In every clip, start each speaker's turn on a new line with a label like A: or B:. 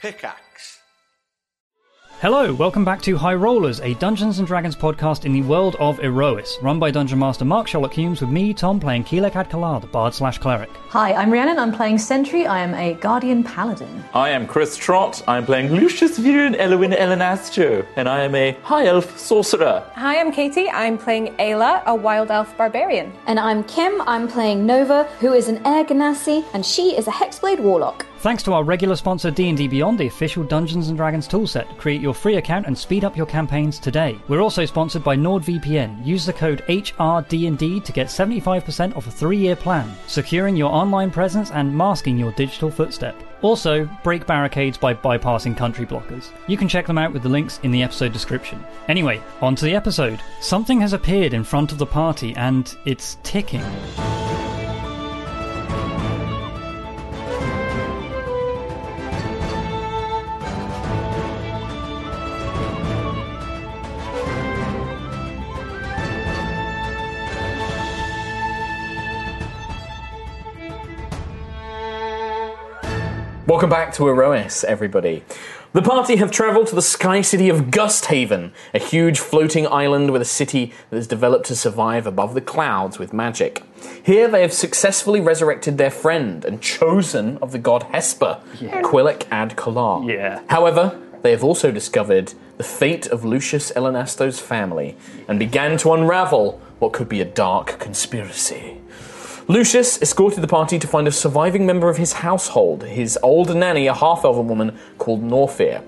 A: Pickaxe.
B: Hello, welcome back to High Rollers, a Dungeons and Dragons podcast in the world of Erois, run by Dungeon Master Mark Sherlock Humes, with me, Tom, playing Keelek Adkalar, the bard slash cleric.
C: Hi, I'm Rhiannon. I'm playing Sentry. I am a Guardian Paladin.
D: I am Chris Trott. I'm playing Lucius Viren Elwin Elenastro, and I am a high elf sorcerer.
E: Hi, I'm Katie. I'm playing Ayla, a wild elf barbarian.
F: And I'm Kim. I'm playing Nova, who is an Air Ganassi, and she is a Hexblade Warlock.
B: Thanks to our regular sponsor D&D Beyond, the official Dungeons and Dragons toolset, create your free account and speed up your campaigns today. We're also sponsored by NordVPN. Use the code HRDND to get 75% off a 3-year plan, securing your online presence and masking your digital footstep. Also, break barricades by bypassing country blockers. You can check them out with the links in the episode description. Anyway, on to the episode. Something has appeared in front of the party and it's ticking.
D: Welcome back to Erois, everybody. The party have travelled to the sky city of Gusthaven, a huge floating island with a city that has developed to survive above the clouds with magic. Here they have successfully resurrected their friend and chosen of the god Hesper, Quillic ad Kalar.
B: Yeah.
D: However, they have also discovered the fate of Lucius Elenasto's family and began to unravel what could be a dark conspiracy. Lucius escorted the party to find a surviving member of his household, his old nanny, a half elven woman called Norfear.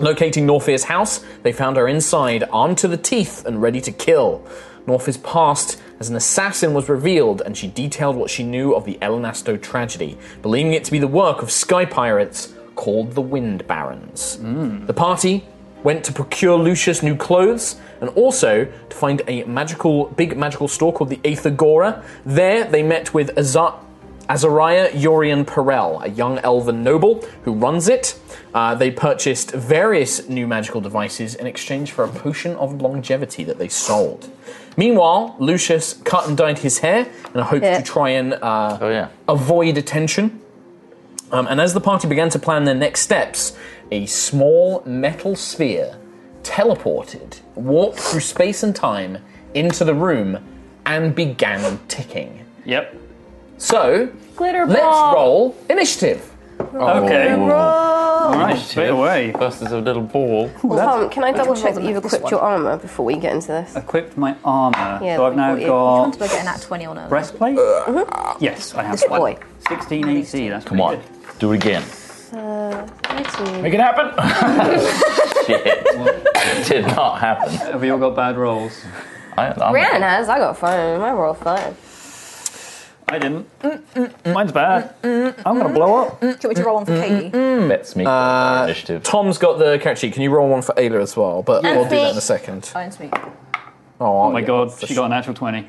D: Locating Norfear's house, they found her inside, armed to the teeth and ready to kill. Norfear's past as an assassin was revealed, and she detailed what she knew of the Elnasto tragedy, believing it to be the work of sky pirates called the Wind Barons. The party went to procure Lucius new clothes and also to find a magical, big magical store called the Aethagora. There, they met with Azar. Azariah Yorian Perel, a young elven noble who runs it. Uh, they purchased various new magical devices in exchange for a potion of longevity that they sold. Meanwhile, Lucius cut and dyed his hair in a hope to try and uh,
G: Oh, yeah.
D: avoid attention. Um, and as the party began to plan their next steps, a small metal sphere teleported, warped through space and time into the room, and began ticking.
B: Yep.
D: So,
E: Glitter
D: let's
E: ball.
D: roll initiative. Oh,
B: Okay.
G: All
B: right, straight away.
G: First is a little ball.
H: Tom, can I double check that
C: wasn't
H: you've
C: at this
H: equipped
C: one.
H: your armour before we get into this?
B: Equipped my armor.
H: Yeah,
B: so I've
H: we
B: now
H: bought you.
B: got
C: Can't we get an at 20 on her?
B: breastplate. Yes, I have
H: Mm-hmm. Good
B: one.
H: boy.
B: 16 AC. That's
G: Come on, do it again.
D: Make it happen.
G: Shit, did not happen.
B: Have we all got bad rolls?
G: I, I'm-
H: Rhiannon has. I got five. I rolled five.
B: I didn't.
H: Mm,
B: Mine's bad. I'm gonna blow up.
C: Do you want me to roll on for Katie?
G: Let's make uh, initiative.
D: Tom's got the character sheet. Can you roll one for Ayla as well? But we'll do that in a second.
C: Mine's me.
D: Oh,
B: Oh my god, she got a natural 20.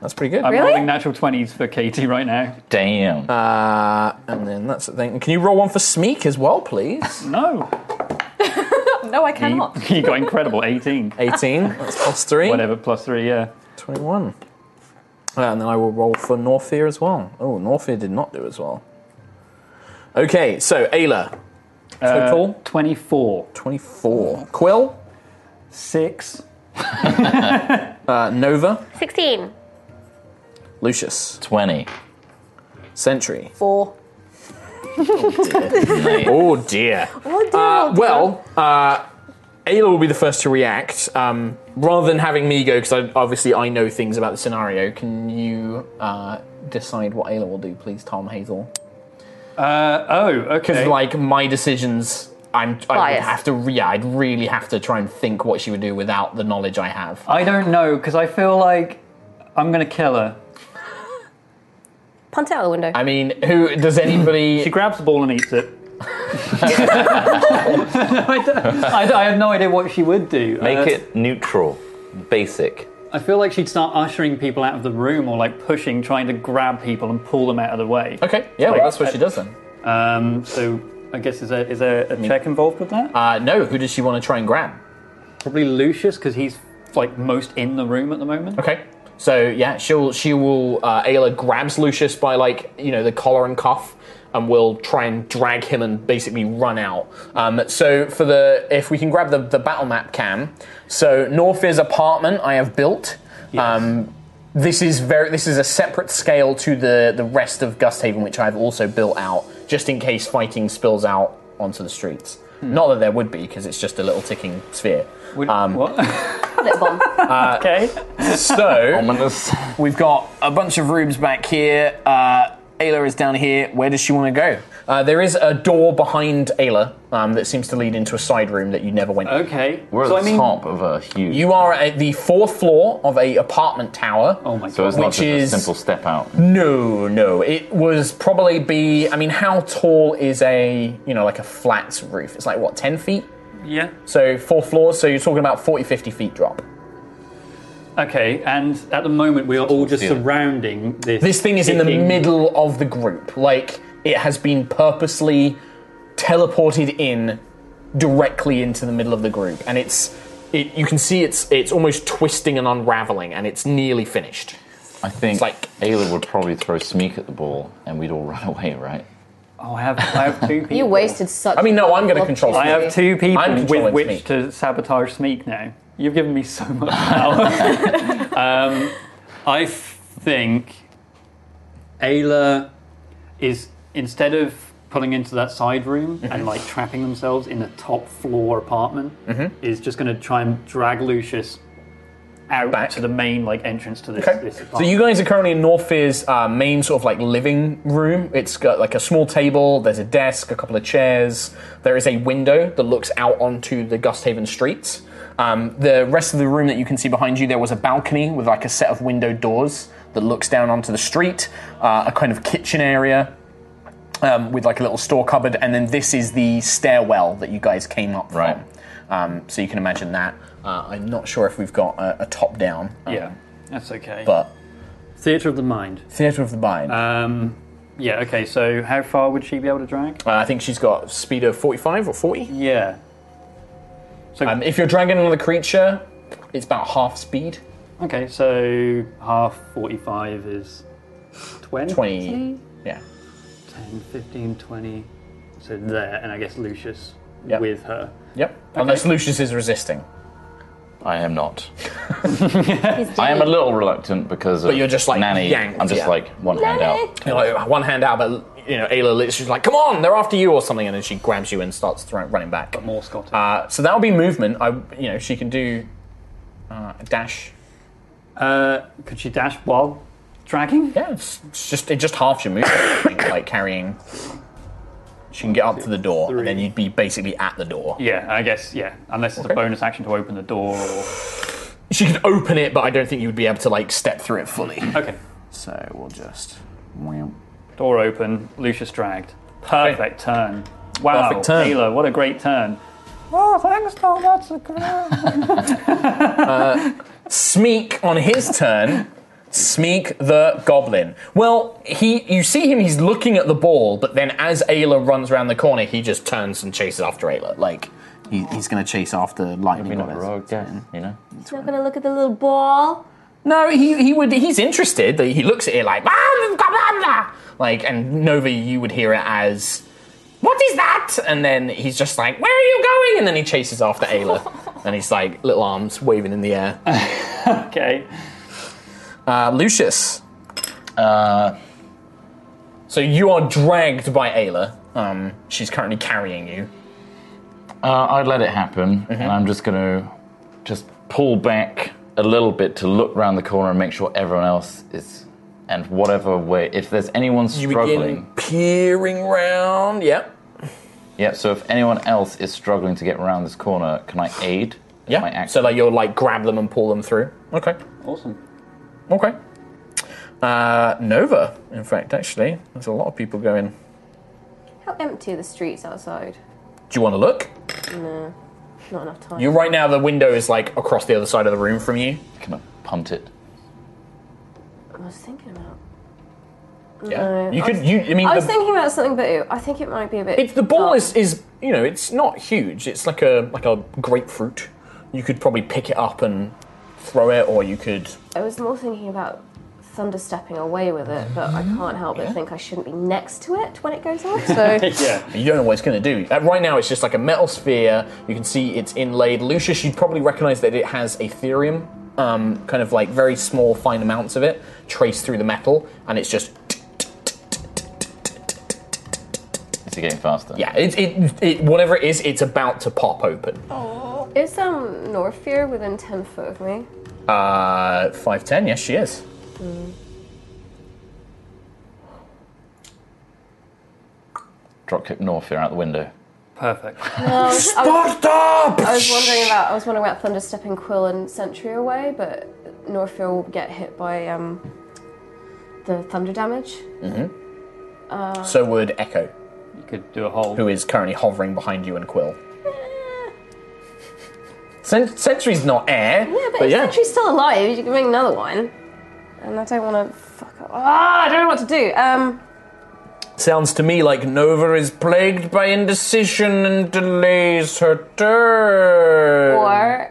D: That's pretty good.
B: I'm
H: Really?
B: rolling natural 20s for Katie right now.
G: Damn.
D: Uh, and then that's the thing. Can you roll one for Smeek as well, please?
B: No.
C: No, I cannot.
B: You got incredible 18.
D: 18. That's plus three.
B: Whatever, plus three, yeah.
D: 21. Uh, and then I will roll for Norfear as well. Oh, Norfear did not do as well. Okay, so Ayla,
B: Uh,
D: total
B: 24.
D: 24. Quill,
B: 6.
D: uh, Nova,
H: 16.
D: Lucius,
G: 20.
D: Sentry.
C: Four.
D: Oh dear. Uh, well, uh, Ayla will be the first to react. Um, rather than having me go, because I, obviously I know things about the scenario, can you uh, decide what Ayla will do, please, Tom Hazel?
B: Uh, oh,
D: Because
B: okay.
D: like my decisions, I'm I would
H: Biased.
D: have to yeah, I'd really have to try and think what she would do without the knowledge I have.
B: I don't know, because I feel like I'm gonna kill her.
H: Punt out the window.
D: I mean, who does
B: She
D: anybody?
B: grabs the ball and eats it. I, don't- I don't- I have no idea what she would do.
G: Make
B: Uh,
G: it neutral, basic.
B: I feel like she'd start ushering people out of the room or like pushing, trying to grab people and pull them out of the way.
D: okay, yeah, well that's what she does then.
B: Um, so I guess is there is there a check involved with that?
D: Uh, no, who does she want to try and grab?
B: Probably Lucius because he's like most in the room at the moment.
D: Okay. So yeah, she'll she will uh, Ayla grabs Lucius by like you know the collar and cuff, and will try and drag him and basically run out. Um, so for the if we can grab the, the battle map cam, so Norfir's apartment I have built. Um, this is very this is a separate scale to the the rest of Gusthaven, which I've also built out just in case fighting spills out onto the streets. Not that there would be because it's just a little ticking sphere.
B: Would-
D: Um,
B: what?
H: Lip bomb.
B: okay.
D: So
G: Ominous.
D: We've got a bunch of rooms back here. Uh, Ayla is down here. Where does she want to go? Uh, there is a door behind Ayla um, that seems to lead into a side room that you never went.
B: Okay.
G: We're at
B: so
G: the
B: I mean,
G: top of a huge.
D: You are at the fourth floor of a apartment tower.
B: Oh my
G: so it's
B: god.
G: not
D: which
G: just
D: is-
G: a simple step out.
D: No, no. It was probably be. I mean, how tall is a you know like a flat roof? It's like what ten feet.
B: Yeah.
D: So four floors. So you're talking about 40, 50 feet drop.
B: Okay. And at the moment, we are all just
G: Ceiling.
B: surrounding this.
D: This thing is in the
B: ticking-
D: middle of the group. Like, it has been purposely teleported in directly into the middle of the group. And it's. It, you can see it's it's almost twisting and unraveling, and it's nearly finished.
G: I think
D: It's like-
G: Ayla would probably throw Smeek at the ball and we'd all run away, right?
B: Oh, I have. I have two people.
H: You wasted such.
D: I mean, no, I'm gonna
H: love
D: control
H: this
D: it.
B: I have
H: movie.
B: two people
D: I'm
B: with
D: controlling
B: which
D: Smeek.
B: to sabotage Smeek now. You've given me so much power. um, I think Ayla is, instead of pulling into that side room
D: Mm-hmm.
B: and like trapping themselves in a top floor apartment,
D: Mm-hmm.
B: is just going to try and drag Lucius out
D: Back.
B: to the main like entrance to this,
D: Okay.
B: this
D: So
B: apartment.
D: you guys are currently in Northfear's uh, main sort of like living room. It's got like a small table. There's a desk, a couple of chairs. There is a window that looks out onto the Gusthaven streets. Um, the rest of the room that you can see behind you, there was a balcony with like a set of window doors that looks down onto the street. Uh, a kind of kitchen area. Um, with like a little store cupboard, and then this is the stairwell that you guys came up
G: Right.
D: from. Um, so you can imagine that. Uh, I'm not sure if we've got a, a top down, um,
B: yeah, that's okay.
D: but
B: Theatre of the mind.
D: Theatre of the Mind. Uh,
B: Um, yeah. Okay. So how far would she be able to drag?
D: Uh, I think she's got speed of 45 or 40.
B: Yeah. So
D: Um, if you're dragging another creature, it's about half speed.
B: okay, so half forty-five is 20?
D: 20. Yeah.
B: 10, 15, 20. So there, and I guess Lucius
D: Yep.
B: with her.
D: Yep. Unless Lucius is resisting.
G: I am not. I am a little reluctant because of
D: But you're just, like,
G: nanny.
D: yanked,
G: I'm just
D: yeah.
G: like one hand out.
D: You know, like, one hand out, but you know, Ayla literally she's like, come on, they're after you or something, and then she grabs you and starts throwing, running back.
B: More Scottish.
D: Uh, so that'll be movement. I, you know, she can do uh, a dash.
B: Uh, could she dash while dragging?
D: Yeah, it's, it's just it just halves your movement, I think, like carrying. She can get up to the door, and then you'd be basically at the door.
B: Yeah, I guess, yeah. Unless it's
D: Okay.
B: a bonus action to open the door or.
D: She could open it, but I don't think you would be able to like step through it fully.
B: Okay.
D: So we'll just.
B: Door open, Lucius dragged. Perfect turn. Wow,
D: Perfect turn.
B: Ayla, what a great turn. Oh, thanks, Tom. That's a great.
D: Smeek on his turn. Smeek the goblin. Well, he you see him, he's looking at the ball, but then as Ayla runs around the corner, he just turns and chases after Ayla. Like he, he's gonna chase after lightning.
G: Not
D: Goddess.
G: rogue, yeah, you know.
F: He's not gonna look at the little ball.
D: No, he he would he's interested. He looks at it like "Ah, blah, blah, blah." like and Nova you would hear it as what is that? And then he's just like, where are you going? And then he chases after Ayla. and he's like, little arms waving in the air.
B: Okay.
D: Uh, Lucius.
G: Uh,
D: So you are dragged by Ayla. Um, she's currently carrying you.
G: uh, I'd let it happen,
D: Mm-hmm.
G: and I'm just going to just pull back a little bit to look round the corner and make sure everyone else is, and whatever way, if there's anyone
D: You
G: struggling.
D: begin peering round. Yep.
G: Yeah, so if anyone else is struggling to get around this corner, can I aid? My
D: Yeah.
G: action?
D: So like you'll like grab them and pull them through. Okay.
B: Awesome.
D: Okay. Uh, Nova. In fact, actually, there's a lot of people going.
H: How empty are the streets outside?
D: Do you want to look?
H: Not enough time.
D: You right now the window is like across the other side of the room from you.
G: Can I punt it?
H: I was thinking about.
D: Yeah.
H: No,
D: you
H: I
D: could.
H: was-
D: you. I mean,
H: I
D: the,
H: was thinking about something, but ew, I think it might be a bit.
D: it's- the ball
H: dumb.
D: is is you know it's not huge. It's like a like a grapefruit. You could probably pick it up and throw it, or you could
H: I was more thinking about thunderstepping away with it, but I
D: Mm-hmm.
H: can't help but think I shouldn't be next to it when it goes off. So
A: yeah.
D: You don't know what it's going to do. Uh, right now, it's just like a metal sphere. You can see it's inlaid. Lucius, you'd probably recognize that it has aetherium, um, kind of like very small, fine amounts of it traced through the metal, and it's just.
G: It's getting faster.
D: Yeah, it, it, it, whatever it is, it's about to pop open.
H: is um Norfear within ten foot of me?
D: Uh, 5'10, yes, she is.
G: Drop kick Norfear out the window.
B: Perfect.
H: I was wondering about I was wondering about thunderstepping Quill and Sentry away, but Norfear will get hit by um the thunder damage.
D: So would Echo,
B: You could do a whole.
D: who is currently hovering behind you and Quill.
H: Eh.
D: Sen- Sentry's not air,
H: Yeah, but,
D: but
H: if
D: yeah.
H: Sentry's still alive, you can bring another one. And I don't want to fuck up. Ah, I don't know what to do. Um,
D: Sounds to me like Nova is plagued by indecision and delays her turn.
H: or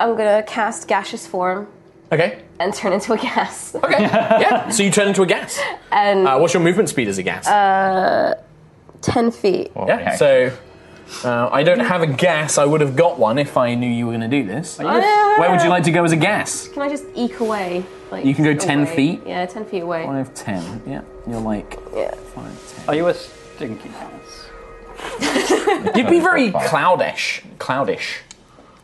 H: I'm gonna cast gaseous form
D: Okay.
H: and turn into a gas.
D: Okay. yeah. So you turn into a gas.
H: And
D: Uh, what's your movement speed as a gas?
H: Uh, ten feet.
G: What the
D: yeah.
G: heck?
D: So uh, I don't have a gas. I would have got one if I knew you were going to do this.
H: Uh,
D: Where would you like to go as a gas?
H: Can I just eke away? Like
D: You can go 10
H: away?
D: feet?
H: Yeah, ten feet away.
D: Five ten. Yeah. You're like
H: Yeah.
D: five ten.
B: Are you a stinky mouse?
D: You'd be very
G: Five.
D: cloudish. Cloudish.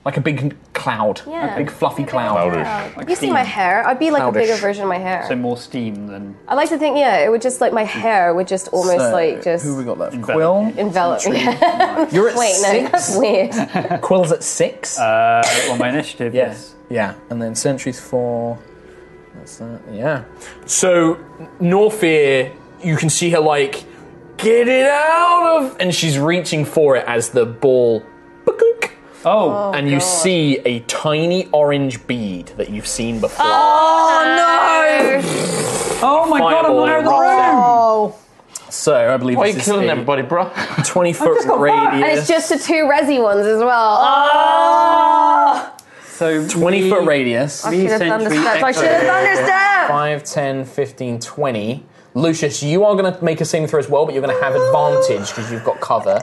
D: Like a big cloud.
H: Yeah.
D: A big fluffy
H: Like a
D: cloud.
G: Cloudish.
H: You see my hair? I'd be like
D: Childish.
H: a bigger version of my hair.
B: So more steam than.
H: I like to think, yeah, it would just like my hair would just almost
D: So,
H: like just
D: Who we got left?
B: Envelop
D: Quill.
H: envelop me.
D: You're at
H: Wait, no,
D: six.
H: that's weird.
D: Quill's at six.
B: Uh, on my initiative, yes.
D: Yeah, and then Sentry's four. That's that. Yeah. So Norfear, you can see her like, get it out of, and she's reaching for it as the ball. Ba-kunk,
B: Oh,
D: and you see a tiny orange bead that you've seen before.
B: oh my god, I'm
D: Fireball
B: out of the
D: rolls
B: room!
D: So I believe
G: Why are you
D: this
G: killing
D: is a
G: everybody, bro?
D: twenty foot
H: And
D: radius.
H: it's just the two resi ones as well.
D: Oh.
B: So
D: twenty
B: me-
D: foot radius.
B: me,
H: should have done the
B: Sentry,
H: steps. I
B: Echo.
H: should have done the steps.
D: 5, 10, 15, 20. Lucius, you are going to make a saving throw as well, but you're going to have advantage because you've got cover.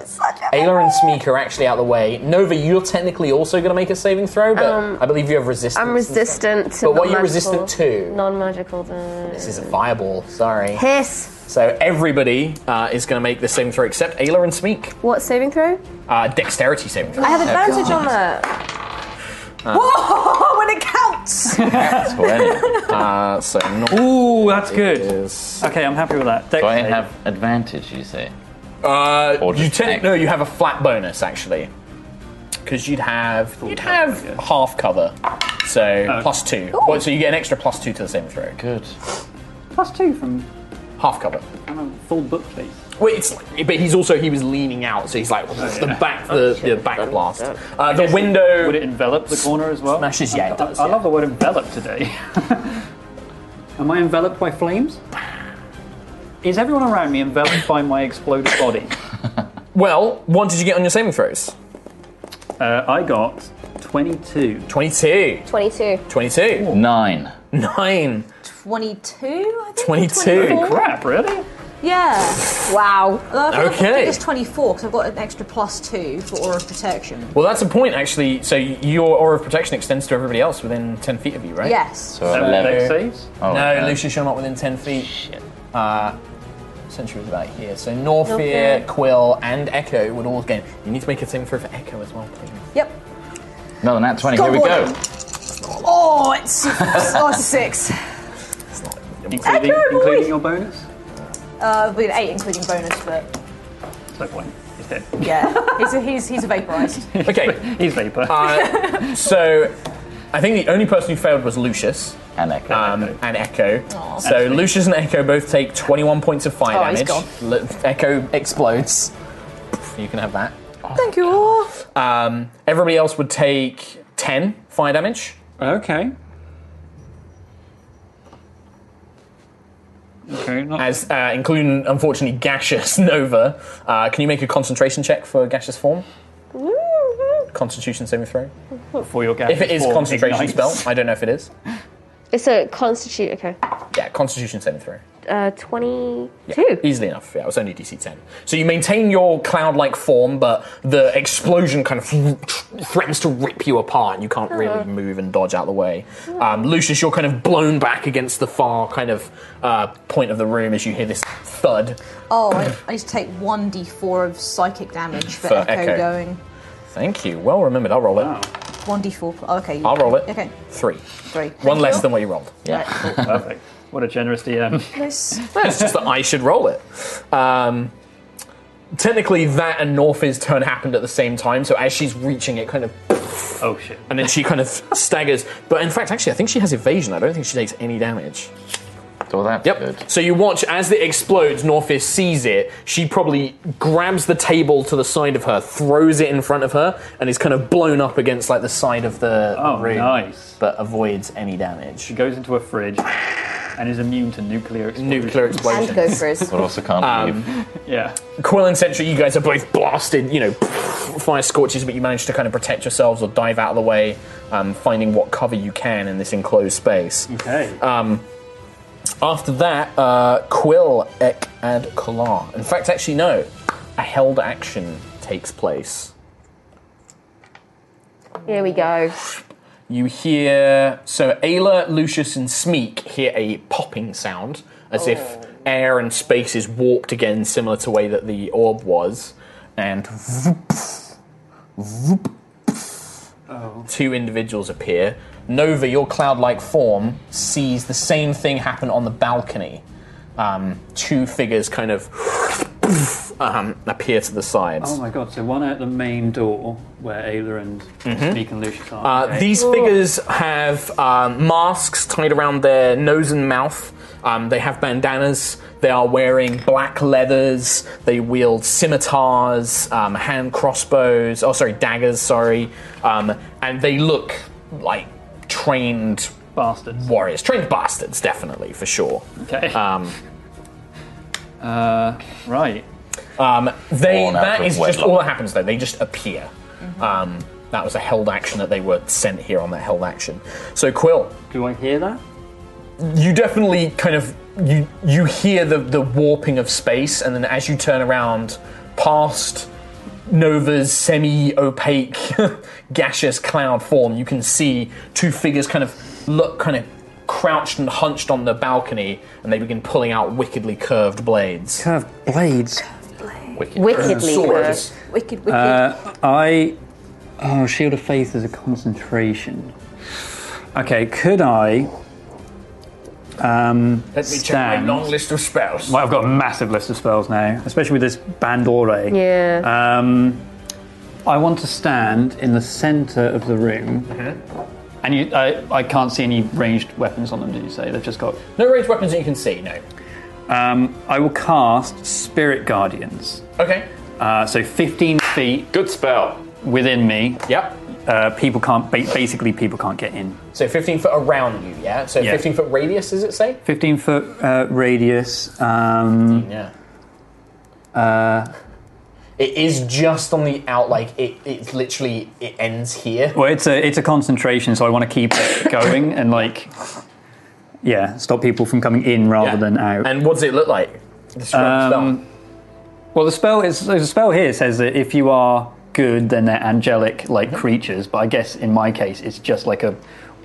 D: Ayla and Smeek are actually out of the way. Nova, you're technically also going to make a saving throw, but I believe you have resistance.
H: Um, I'm resistant to.
D: But what are you
H: non-magical-
D: resistant to?
H: Non-magical. This
D: This is a fireball, sorry.
H: piss.
D: So everybody uh, is going to make the saving throw except Ayla and Smeek.
H: What saving throw?
D: Uh, dexterity saving throw.
H: I have advantage on that.
D: Ah.
H: Whoa! When it counts.
G: That's what I need.
D: Uh, so not
B: Ooh, that's good.
D: is.
B: Okay, I'm happy with that. Dex
G: Do I
B: save.
G: have advantage, you say?
D: Uh,
G: Or
D: you
G: just
D: ten-
G: egg.
D: no, you have a flat bonus actually, because you'd have you'd
B: cover,
D: have
B: yeah.
D: half cover, so
B: Oh.
D: plus two. Well, so you get an extra plus two to the saving throw.
G: Good.
B: Plus two from
D: Half cover.
B: I'm a full book, please.
D: Wait, it's but he's also he was leaning out, so he's like
B: Oh,
D: the back the, the back blast. Uh, the window.
B: Would it envelop the corner as well?
D: Smashes, yeah, it does,
B: I, I
D: yeah.
B: love the word envelop today. Am I enveloped by flames? Is everyone around me enveloped by my exploded body?
D: well, what did you get on your saving throws?
B: Uh, I got 22.
D: 22.
H: Twenty-two.
D: 22.
G: Nine.
D: 9.
I: 22, I think.
D: 22.
I: 24?
B: Oh, Crap, really?
I: Yeah.
H: Wow.
I: Well, I think
D: Okay.
I: I think it's 24 because I've got an extra plus two for Aura of Protection.
D: Well, that's a point, actually. So your aura of protection extends to everybody else within 10 feet of you, right?
I: Yes.
G: So
B: Seven
G: eleven.
B: dex saves.
G: Oh,
D: No,
G: okay.
D: Lucius, you're not within 10 feet. Shit. Uh, Sentry was about here. So Norfear,
H: Norfear.
D: Quill, and Echo would all gain. You need to make a saving throw for Echo as well, please.
I: Yep.
G: Another nat 20.
I: Go
G: Here we
I: on.
G: go.
I: Oh, it's, oh, it's a six.
D: It's not.
B: Including,
I: Echo, boy!
B: including your bonus?
I: Uh, it'll be an eight including bonus, but
B: There's no point. He's dead.
I: yeah, he's a, he's, he's a vaporized.
D: Okay,
B: He's vapor.
D: uh, so I think the only person who failed was Lucius
G: And echo.
D: um, and Echo. So Lucius and Echo both take 21 points of fire
I: Oh,
D: damage.
I: he's gone.
D: Lu- Echo explodes. You can have that.
I: Thank you all.
D: Um, everybody else would take 10 fire damage.
B: okay. Okay, not
D: as uh, including unfortunately gaseous Nova. Uh, can you make a concentration check for gaseous form? Constitution saving throw.
B: for your
D: If it is concentration spell, I don't know if it is.
H: It's a constitute, okay.
D: Yeah, Constitution saving throw.
H: Uh, 22.
D: Easily enough. Yeah, it was only DC 10. So you maintain your cloud like form, but the explosion kind of threatens to rip you apart, and you can't really move and dodge out of the way. Um, Lucius, you're kind of blown back against the far kind of uh, point of the room as you hear this thud.
I: Oh, I, I used to take 1d4 of psychic damage for,
D: For
I: Echo,
D: Echo.
I: going.
D: Thank you. Well remembered. I'll roll it.
I: 1d4. pl- oh, Okay. you-
D: I'll roll it.
I: Okay.
D: Three.
I: Three.
D: One less than what you rolled.
B: Perfect. What a generous DM.
D: It's just that I should roll it. Um, technically, that and North's turn happened at the same time. So as she's reaching it, kind of,
B: Oh shit.
D: and then she kind of staggers. But in fact, actually, I think she has evasion. I don't think she takes any damage.
G: Oh, that's
D: Yep.
G: good.
D: So you watch as it explodes. Norfis sees it. She probably grabs the table to the side of her, throws it in front of her, and is kind of blown up against like the side of the
B: Oh,
D: room.
B: nice.
D: But avoids any damage.
B: She goes into a fridge and is immune to nuclear explosions.
D: Nuclear explosion.
F: And gophers.
G: But also can't
D: Um,
G: leave.
B: Yeah.
D: Quill and Sentry, you guys are both blasted, you know, fire scorches, but you manage to kind of protect yourselves or dive out of the way, um, finding what cover you can in this enclosed space.
B: Okay.
D: After that, uh, Quill, Ek, and Kalar. In fact, actually, no, a held action takes place.
H: Here we go.
D: You hear so Ayla, Lucius, and Smeek hear a popping sound as if air and space is warped again, similar to the way that the orb was, and two individuals appear. Nova, your cloud-like form, sees the same thing happen on the balcony. Um, two figures kind of um, appear to the sides.
B: oh my god, so one out the main door where Ayla and Sneak and Lucius are.
D: Uh,
B: okay.
D: These figures have um, masks tied around their nose and mouth. Um, they have bandanas. They are wearing black leathers. They wield scimitars, um, hand crossbows. Oh, sorry, daggers. Sorry, um, and they look like trained
B: bastards.
D: warriors, trained bastards, definitely for sure.
B: Okay.
D: Um,
B: uh, right.
D: Um, they
G: Born out
D: that
G: of
D: is just
G: wedlock.
D: all that happens though. They just appear. Um, that was a held action that they were sent here on that held action. So Quill,
B: Do I hear that?
D: you definitely kind of you you hear the the warping of space, and then as you turn around, past Nova's semi-opaque, gaseous cloud form, you can see two figures kind of look kind of crouched and hunched on the balcony, and they begin pulling out wickedly curved blades.
B: Curved blades.
F: Wickedly
D: Swords.
F: curved.
I: Wicked, wicked.
B: Uh, I. Oh, Shield of Faith is a concentration. Okay, could I. Um,
D: Let me check my
B: stand-
D: long list of spells.
B: Well, I've got a massive list of spells now, especially with this Bandore.
H: Yeah.
B: Um, I want to stand in the centre of the room. Mm-hmm. And you, I, I can't see any ranged weapons on them, did you say? They've just got.
D: No ranged weapons that you can see, no.
B: Um, I will cast Spirit Guardians.
D: Okay.
B: Uh, so 15 feet
G: Good spell.
B: within me.
D: Yep.
B: Uh, people can't, ba- basically, people can't get in.
D: So 15 foot around you, yeah? So
B: Yeah.
D: 15 foot radius, does it say?
B: 15 foot uh, radius. Um,
D: Yeah.
B: uh,
D: It is just on the out, like, it, it's literally, it ends here.
B: well, it's a, it's a concentration, so I want to keep it going and, like, yeah, stop people from coming in rather
D: Yeah.
B: than out.
D: And what does it look like? Describe
B: Um,
D: the spell.
B: Well, the spell is the spell here says that if you are good, then they're angelic
D: Mm-hmm.
B: like creatures. But I guess in my case, it's just like a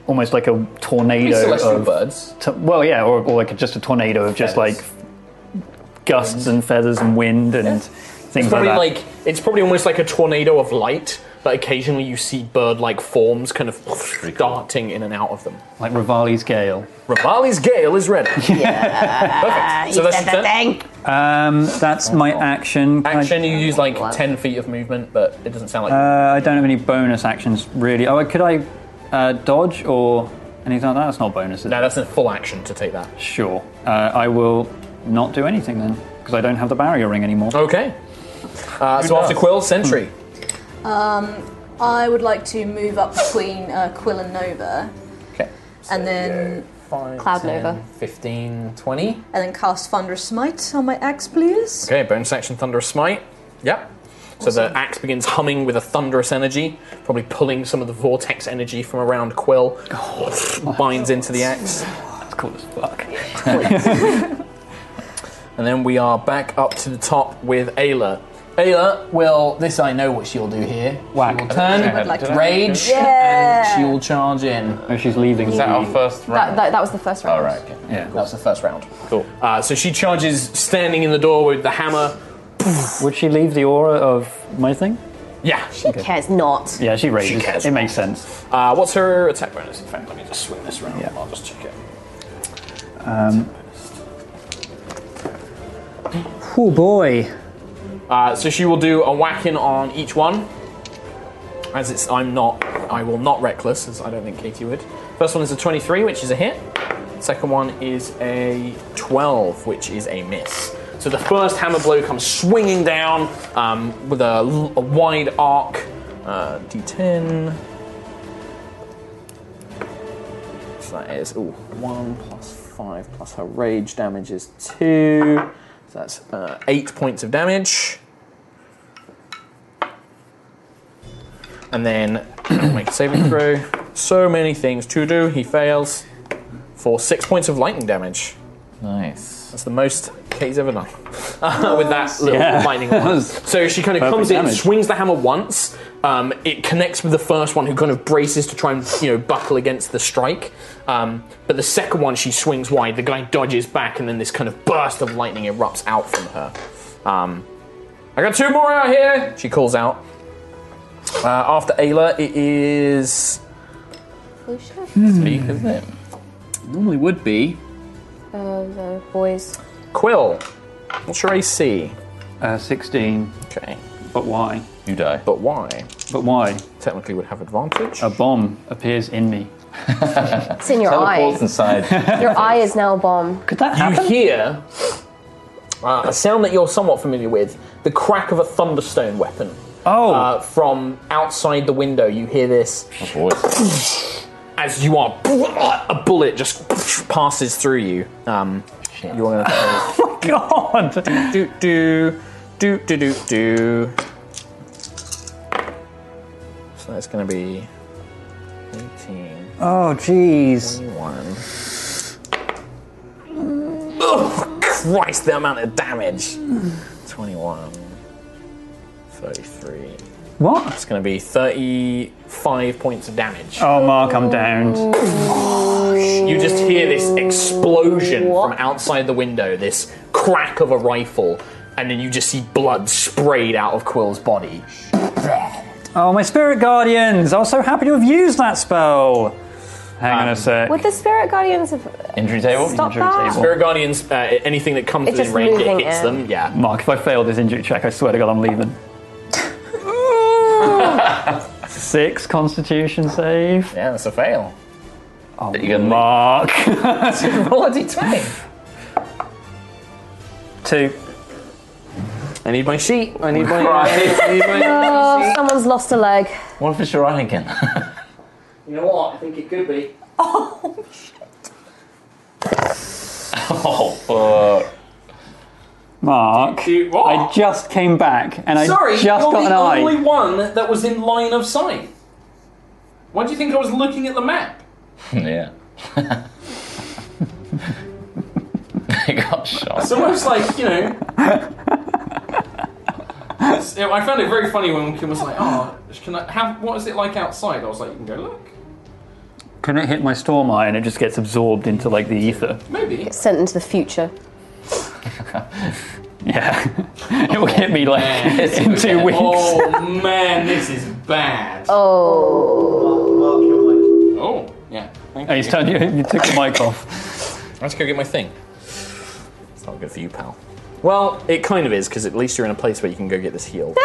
B: almost like a
D: These
B: tornado
D: celestial
B: of
D: birds.
B: to- well, yeah, or, or like just a tornado of just
D: Feathers.
B: like gusts and feathers and wind and
D: It's
B: things like
D: probably
B: that.
D: like, it's probably almost like a tornado of light, but occasionally you see bird like forms kind of darting in and out of them.
B: like Rivali's gale.
D: Ravali's Gale is ready. Perfect. So that's your turn.
B: Um, that's my action. Can I-
D: Oh. Action, you use like 10 feet of movement, but it doesn't sound like
B: Uh, I don't have any bonus actions really. Oh, could I uh, dodge or anything like that? That's not bonus. is it?
D: No, that's a full action to take that.
B: Sure. Uh, I will not do anything then, because I don't have the barrier ring anymore.
D: Okay. Uh, so after
B: does? Hmm.
D: Quill, Sentry.
I: I would like to move up between uh, Quill and Nova,
D: Okay.
I: and then
D: Five,
H: Cloud Nova.
D: 15, 20.
I: and then cast Thunderous Smite on my axe, please.
D: Okay, bonus action Thunderous Smite. Yep. So the axe begins humming with a thunderous energy, probably pulling some of the vortex energy from around Quill,
H: Oh.
D: binds into the axe.
B: That's cool as fuck.
D: And then we are back up to the top with Ayla. Ayla will, this I know what she'll do here.
B: Whack.
D: She will turn,
G: like to-
D: rage, and she will charge in.
B: No, Oh, she's leaving.
G: Is that our first
H: That,
G: round?
H: that, that was the first round.
G: All right. Okay.
B: yeah.
D: That's the first round.
G: Cool.
D: Uh, so she charges standing in the door with the hammer.
B: Would she leave the aura of my thing?
D: Yeah.
H: She cares not.
B: Yeah, she rages.
D: cares
B: it makes sense.
D: Uh, what's her attack bonus? In fact, let me just swing this round.
B: Yeah.
D: I'll just check it.
B: Oh boy.
D: Uh, so she will do a whacking on each one. As it's, I'm not, I will not reckless, as I don't think Katie would. First one is a 23, which is a hit. Second one is a 12, which is a miss. So the first hammer blow comes swinging down um, with a, l- a wide arc. Uh, D10. So that is ooh, 1 plus 5 plus her rage damage is 2. So that's uh, 8 points of damage. And then I'll make a saving throw. So many things to do. He fails for 6 points of lightning damage.
G: Nice.
D: That's the most Katie's ever done with that little
B: Yeah.
D: lightning one. So she kind of
B: Perfect
D: comes in,
B: damage.
D: swings the hammer once. Um, it connects with the first one, who kind of braces to try and you know buckle against the strike. Um, but the second one, she swings wide. The guy dodges back, and then this kind of burst of lightning erupts out from her. Um, I got two more out here. She calls out. Uh, after Ayla, it is
H: Lucia?
G: Speak, isn't it?
D: normally would be
H: Uh, the boys.
D: Quill. What's your AC?
B: Uh, 16.
D: Okay,
B: But why?
G: You die.
D: but why?
B: But why?
D: Technically, would have advantage.
B: A bomb appears in me.
H: It's in your eye.
G: Teleports inside.
H: Your eye is now a bomb.
B: Could that
D: you
B: happen?
D: hear uh, a sound that you're somewhat familiar with the crack of a thunderstone weapon
B: oh.
D: uh, from outside the window you hear this
G: Voice.
D: as you are a bullet just passes through you um, you want to
B: God.
D: do do do do do do so that's going to be 18
B: Oh, jeez.
D: one. Oh, Christ, the amount of damage. 21, 33.
B: What?
D: It's going to be 35 points of damage.
B: Oh, Mark, I'm down.
D: You just hear this explosion from outside the window, this crack of a rifle, and then you just see blood sprayed out of Quill's body.
B: Oh, my spirit guardians. I was so happy to have used that spell. Hang on
D: Um,
B: a sec.
H: Would the spirit guardians have
G: Injury table.
H: stopped
B: injury
H: that?
B: table.
D: Spirit Guardians, uh, anything that comes
H: It's
D: within
H: just
D: range, it
H: moving
D: hits
H: in.
D: them. Yeah.
B: Mark, if I fail this injury check, I swear to God, I'm leaving. Six Constitution save.
D: Yeah, that's a fail.
B: Oh,
G: you can-
B: Mark.
D: Roll a d20.
B: Two.
D: I need my sheet. I need my. I need my
H: Oh, someone's lost a leg.
G: What if it's your eye again?
D: You know what? I think it could be.
G: oh, fuck.
B: Mark,
D: You- what?
B: I just came back and I
D: Sorry,
B: just
D: you're
B: got
D: the
B: an eye.
D: only one that was in line of sight. Why do you think I was looking at the map?
G: Yeah. I got shot.
D: It's almost like you know. It's- I found it very funny when Kim was like, "Oh, can I have? What is it like outside?" I was like, "You can go look,
B: Can it hit my storm eye and it just gets absorbed into like the ether?
D: maybe."
H: Sent into the future.
B: Yeah. it will hit me like
D: Oh, man.
B: in two weeks.
D: Oh man, this is bad. Oh,
H: Oh.
D: yeah.
B: Oh, you, started, you, you took the mic off.
D: Let's go get my thing. It's not good for you, pal. Well, it kind of is, because at least you're in a place where you can go get this healed.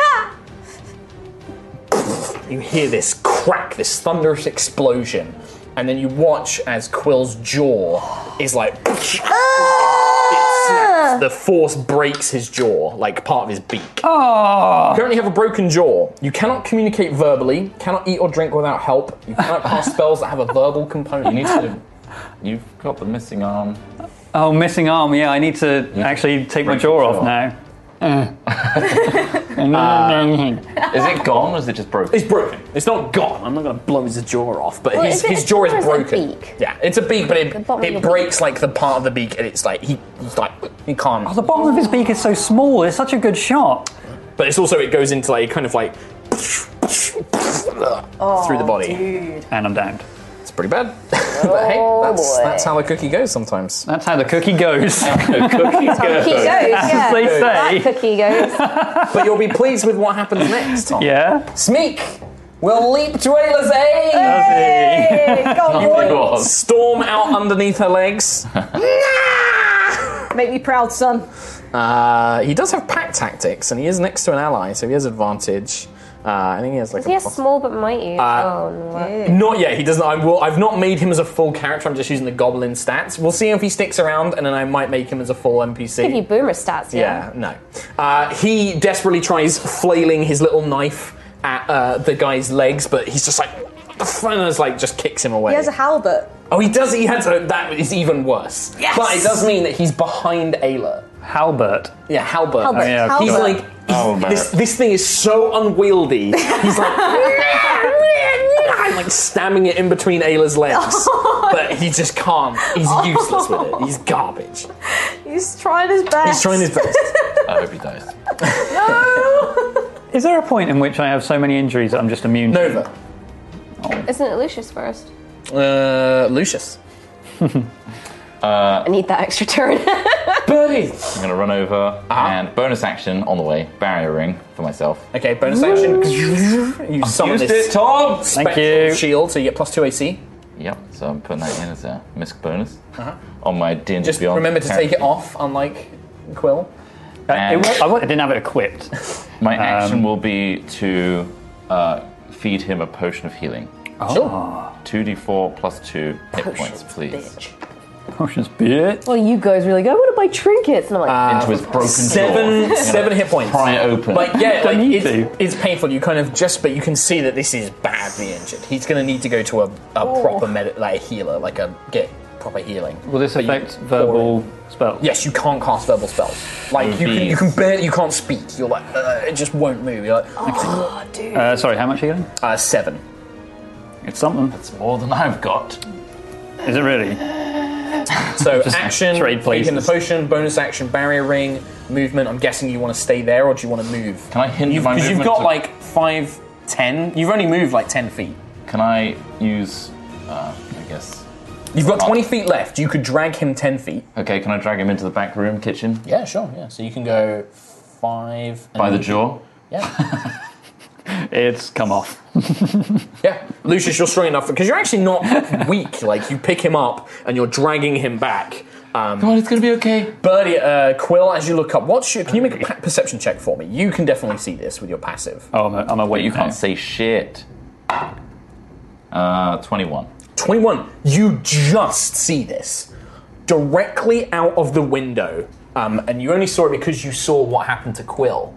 D: you hear this crack, this thunderous explosion, and then you watch as Quill's jaw is like. it snaps. The force breaks his jaw, like part of his beak.
B: Oh,
D: You currently have a broken jaw. You cannot communicate verbally, cannot eat or drink without help, you cannot cast spells that have a verbal component.
G: You need to. You've got the missing arm.
B: oh, missing arm. Yeah, I need to actually take my
G: Break
B: jaw
G: your
B: off
G: jaw.
B: now. uh,
G: Is it gone or is it just broken?
D: It's broken. It's not gone. I'm not going to blow his jaw off, but
H: Well,
D: his,
H: is it
D: his
H: a
D: jaw
H: jaw
D: is
H: or is it a
D: broken.
H: beak?
D: Yeah, it's a beak, but it,
H: The bottom of
D: it
H: your
D: breaks like the part of the beak, and it's like he he's like he can't.
B: Oh, the bottom of his beak is so small. It's such a good shot.
D: But it's also it goes into like kind of like through
H: Oh,
D: the body.
B: And I'm damned.
D: It's pretty bad. but hey,
H: Oh,
D: that's, that's how the cookie goes sometimes.
B: That's how the cookie goes.
G: Cookies
H: He goes, yeah.
B: they
H: That
B: say.
H: cookie goes.
D: but you'll be pleased with what happens next. Tom.
B: Yeah.
D: Smeek will leap to Ayla's aid.
H: Hey, go on, boy.
D: Storm out underneath her legs.
I: Make me proud, son.
D: Uh, he does have pack tactics, and he is next to an ally, so he has advantage. Uh, I think he has like
H: Is he
D: a
H: a small but mighty? oh, no.
D: Not yet. He doesn't. I will. I've not made him as a full character. I'm just using the goblin stats. We'll see if he sticks around, and then I might make him as a full NPC.
H: Give you boomer stats,
D: Yeah,
H: yeah.
D: no. Uh, he desperately tries flailing his little knife at uh, the guy's legs, but he's just like, what the fuck? And it's like, just kicks him away.
I: He has a halberd.
D: oh, he does. He has. A, that is even worse.
I: Yes!
D: But it does mean that he's behind Ayla.
B: Halbert.
D: Yeah, Halbert.
I: Halbert, Oh, yeah, of
D: He's
I: course.
D: like. he's-
G: Halbert.
D: This, this thing is so unwieldy. He's like, I'm like stamming it in between Ayla's legs, but he just can't. He's useless with it. He's garbage.
I: He's trying his best.
D: He's trying his best.
G: I hope he dies.
B: Is there a point in which I have so many injuries that I'm just immune to?
D: Nova,
H: Isn't it Lucius first?
D: uh, Lucius,
H: I need that extra turn.
D: Birdie.
G: I'm gonna run over
D: Uh-huh.
G: and bonus action on the way, barrier ring for myself.
D: Okay, bonus action. You summon
G: Used
D: this
G: it, Tom.
D: spectral
B: you.
D: shield, so you get plus two AC.
G: Yep. So I'm putting that in as a misc bonus on my D&D
D: Uh-huh. Just
G: Beyond.
D: remember to take
G: character.
D: it off, unlike Quill.
B: Uh, it
G: And-
B: wa- I wa- I didn't have it equipped.
G: My action
D: Um,
G: will be to uh, feed him a potion of healing.
D: Sure.
G: 2d4 plus 2 hit points, please.
B: Potions, bitch.
H: well, you guys really go, I want to buy trinkets. And I'm like,
G: Into his broken jaw.
D: Uh, Seven,
G: You know,
D: seven hit points.
G: Pry it open.
D: Like yeah,
B: Don't
D: like,
B: need
D: it's, it's painful. You kind of just, but you can see that this is badly injured. He's going to need to go to a, a proper med- like a healer, like a get proper healing.
B: Will this
D: But you
B: affect
D: pour
B: verbal
D: it.
B: spells?
D: Yes, you can't cast verbal spells. Like you can, you can barely, you can't speak. You're like, uh, it just won't move. You're like,
B: Uh, sorry, how much are you getting?
D: uh, seven.
B: It's something.
G: It's more than I've got.
B: Is it really?
D: So
B: Just
D: action,
B: trade
D: taking the
B: places.
D: potion, bonus action, barrier ring, movement. I'm guessing you want to stay there, or do you want to move?
G: Can I hinge
D: You've,
G: my
D: because you've
G: movement
D: got
G: to-
D: like five, ten. You've only moved like ten feet.
G: Can I use, uh, I guess.
D: You've got twenty feet left. You could drag him ten feet.
G: Okay, can I drag him into the back room, kitchen?
D: Yeah, sure. Yeah. So you can go five
G: By the jaw?
D: Yeah.
B: It's come off.
D: yeah. Lucius, you're strong enough because you're actually not weak. Like you pick him up and you're dragging him back. Um,
G: Come on, it's gonna be okay.
D: Birdie, uh, Quill, as you look up, what's your? Can you make a pa- perception check for me? You can definitely see this with your passive.
B: Oh, I'm a, I'm a
G: But
B: wait.
G: you
B: now.
G: can't say shit. Uh, 21.
D: 21, you just see this directly out of the window. Um, and you only saw it because you saw what happened to Quill.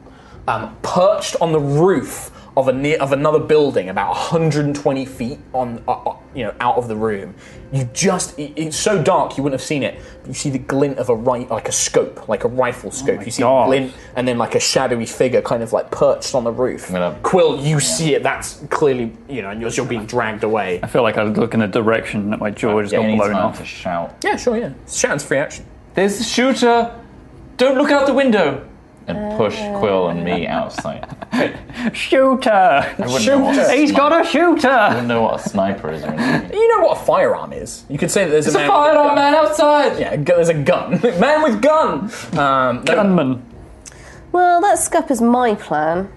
D: Um, perched on the roof of, a near, of another building, about 120 feet on, uh, uh, you know, out of the room. You just, it- it's so dark you wouldn't have seen it. but You see the glint of a right, like a scope, like a rifle scope. you see
B: God.
D: the glint and then like a shadowy figure kind of like perched on the roof.
G: gonna-
D: Quill, you see it. That's clearly, you know, and you're, you're being dragged away.
B: I feel like I look in a direction that my
D: Uh,
B: jaw just got
G: Any
B: blown
G: time
B: off.
G: to shout.
D: Yeah, sure, yeah. Shouting's free action.
G: There's the shooter! Don't look out the window! And push
H: Uh,
G: Quill and me outside.
B: Shooter!
G: Shooter!
B: He's got a
G: I
B: shooter!
G: don't know what a sniper is or anything.
D: You know what a firearm is. You could say that there's a man. with a gun.
G: outside!
D: Yeah, a gun- there's a gun. man with gun. Um, no,
B: Gunman.
H: well, that scup is my plan.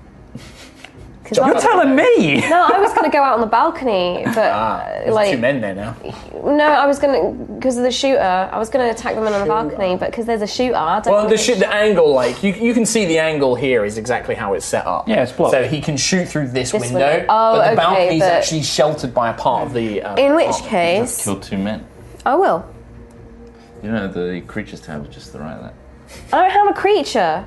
H: 'Cause I-
B: You're telling me!
H: no, I was going to go out on the balcony, but uh,
D: there's
H: like,
D: two men there now.
H: no, I was going to because of the shooter. I was going to attack the men on the balcony, but because there's a shooter, I don't
D: Well, the,
H: think
D: sh- the angle, like you, you can see the angle here is exactly how it's set up.
B: Yeah, it's blocked.
D: So he can shoot through this,
H: This
D: window,
H: window. Oh,
D: but the
H: okay,
D: balcony's
H: but-
D: actually sheltered by a part of the. Um,
H: In which
D: apartment.
H: case,
G: Killed two men.
H: I will.
G: You know, the creatures tab is just the right there.
H: I don't have Oh, a creature.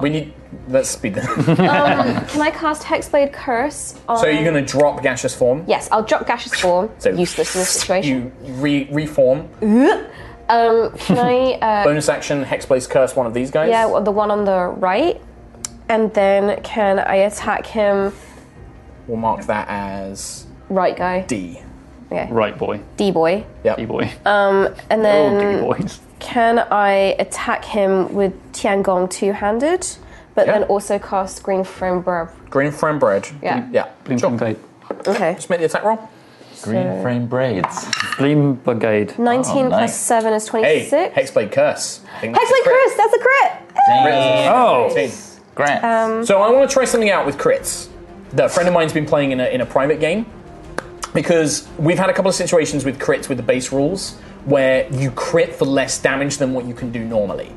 D: we need. Let's speed this.
H: Um, can I cast Hexblade Curse? On...
D: so you're going to drop gaseous form.
H: Yes, I'll drop gaseous form.
D: So
H: useless in this situation.
D: You re- reform.
H: Um, can uh, I? Uh,
D: Bonus action, Hexblaze Curse, one of these guys.
H: yeah, well, the one on the right. and then can I attack him?
D: We'll mark that as
H: Right guy,
D: D.
H: okay,
B: Right, boy.
H: D boy,
D: Yep.
B: D boy.
H: and
B: oh,
H: then
B: D boys.
H: Can I attack him with Tiangong two handed, but
D: Yeah.
H: then also cast Green Frame Burb?
D: Green frame bread.
H: Yeah.
D: Yeah.
B: Bloom
D: Sure.
B: Brigade.
H: Okay.
D: Just make the attack roll.
G: Green frame braids.
B: Bloom Brigade.
H: 19
G: Oh,
H: plus
G: nice.
H: 7 is
D: Hey,
H: 26.
D: Hexblade Curse. I think that's a
H: Hexblade
D: crit.
H: Chris, that's a crit!
G: Damn.
B: Oh!
D: Eighteen.
G: Grats.
H: Um,
D: So I want to try something out with crits that a friend of mine's been playing in a, in a private game because we've had a couple of situations with crits with the base rules where you crit for less damage than what you can do normally.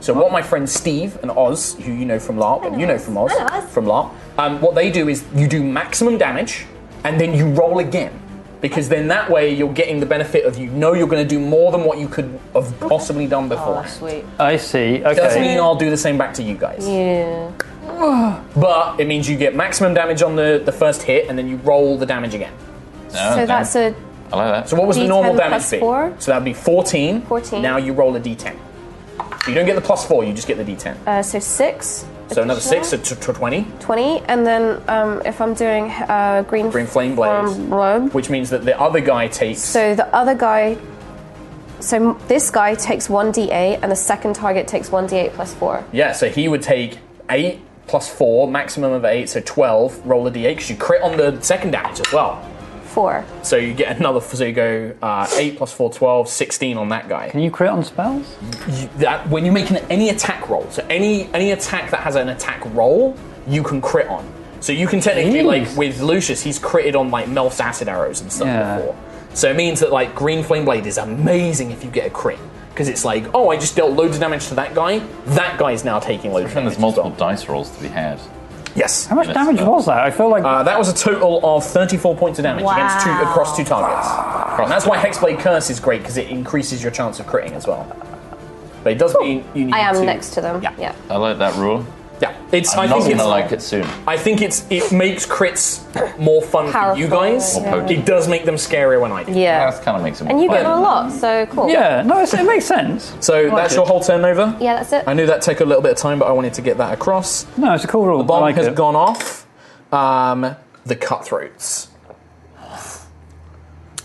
D: So what my friend Steve and Oz, who you know from LARP, and you know from Oz, from LARP, um, what they do is you do maximum damage and then you roll again. Because then that way you're getting the benefit of you know you're going to do more than what you could have possibly done before.
I: Sweet.
B: I see.
D: Doesn't
B: Okay.
D: mean I'll do the same back to you guys.
H: Yeah.
D: But it means you get maximum damage on the, the first hit, and then you roll the damage again.
G: Oh,
H: so
G: damn.
H: that's a.
G: I like that.
D: So what was the
H: D10
D: normal damage
H: plus
D: be?
H: four?
D: So that'd be 14.
H: 14.
D: Now you roll a d10. So you don't get the plus four, you just get the d10.
H: Uh, so 6.
D: so another six, so
H: additional,
D: t- t- 20,
H: 20. And then um, if I'm doing uh, Green,
D: Green flame blades.
H: Frame Burb,
D: which means that the other guy takes.
H: so the other guy. So m- this guy takes 1d8, and the second target takes 1d8 plus 4.
D: yeah, so he would take eight plus four, maximum of eight, so 12. Roll a d8 because you crit on the second damage as well.
H: 4.
D: So you get another. So you go uh, eight plus four, 12, 16 on that guy.
B: Can you crit on spells?
D: you, that when you're making any attack roll, so any any attack that has an attack roll, you can crit on. So you can technically like
B: Jeez.
D: with Lucius, he's critted on like Melf's acid arrows and stuff
B: Yeah.
D: before. So it means that like Green Flame Blade is amazing if you get a crit. Because it's like, oh, I just dealt loads of damage to that guy. That guy is now taking loads of
G: And
D: damage.
G: there's multiple dice rolls to be had.
D: Yes.
B: How much
G: Yes,
B: damage
G: no.
B: was that? I feel like.
D: Uh, that was a total of 34 points of damage against two, across two targets. And that's why Hexblade Curse is great because it increases your chance of critting as well. But it does mean you need
H: I am
D: to-
H: next to them.
D: Yeah.
H: yeah.
G: I like that rule.
D: Yeah, it's. i
G: I'm not
D: think
G: gonna
D: it's
G: like it soon.
D: I think it's. It makes crits more fun for you
H: Powerful,
D: guys.
G: More potent.
D: It does make them scarier when I do.
H: Yeah.
G: That kind of makes it.
H: And you
G: fun.
H: get a lot, so cool.
B: yeah, no, it's, it makes sense.
D: So
B: like
D: that's
B: it.
D: your whole turn over.
H: Yeah, that's it.
D: I knew that took a little bit of time, but I wanted to get that across.
B: No, it's a cool rule.
D: The bomb
B: I like
D: has
B: it.
D: gone off. Um, the cutthroats.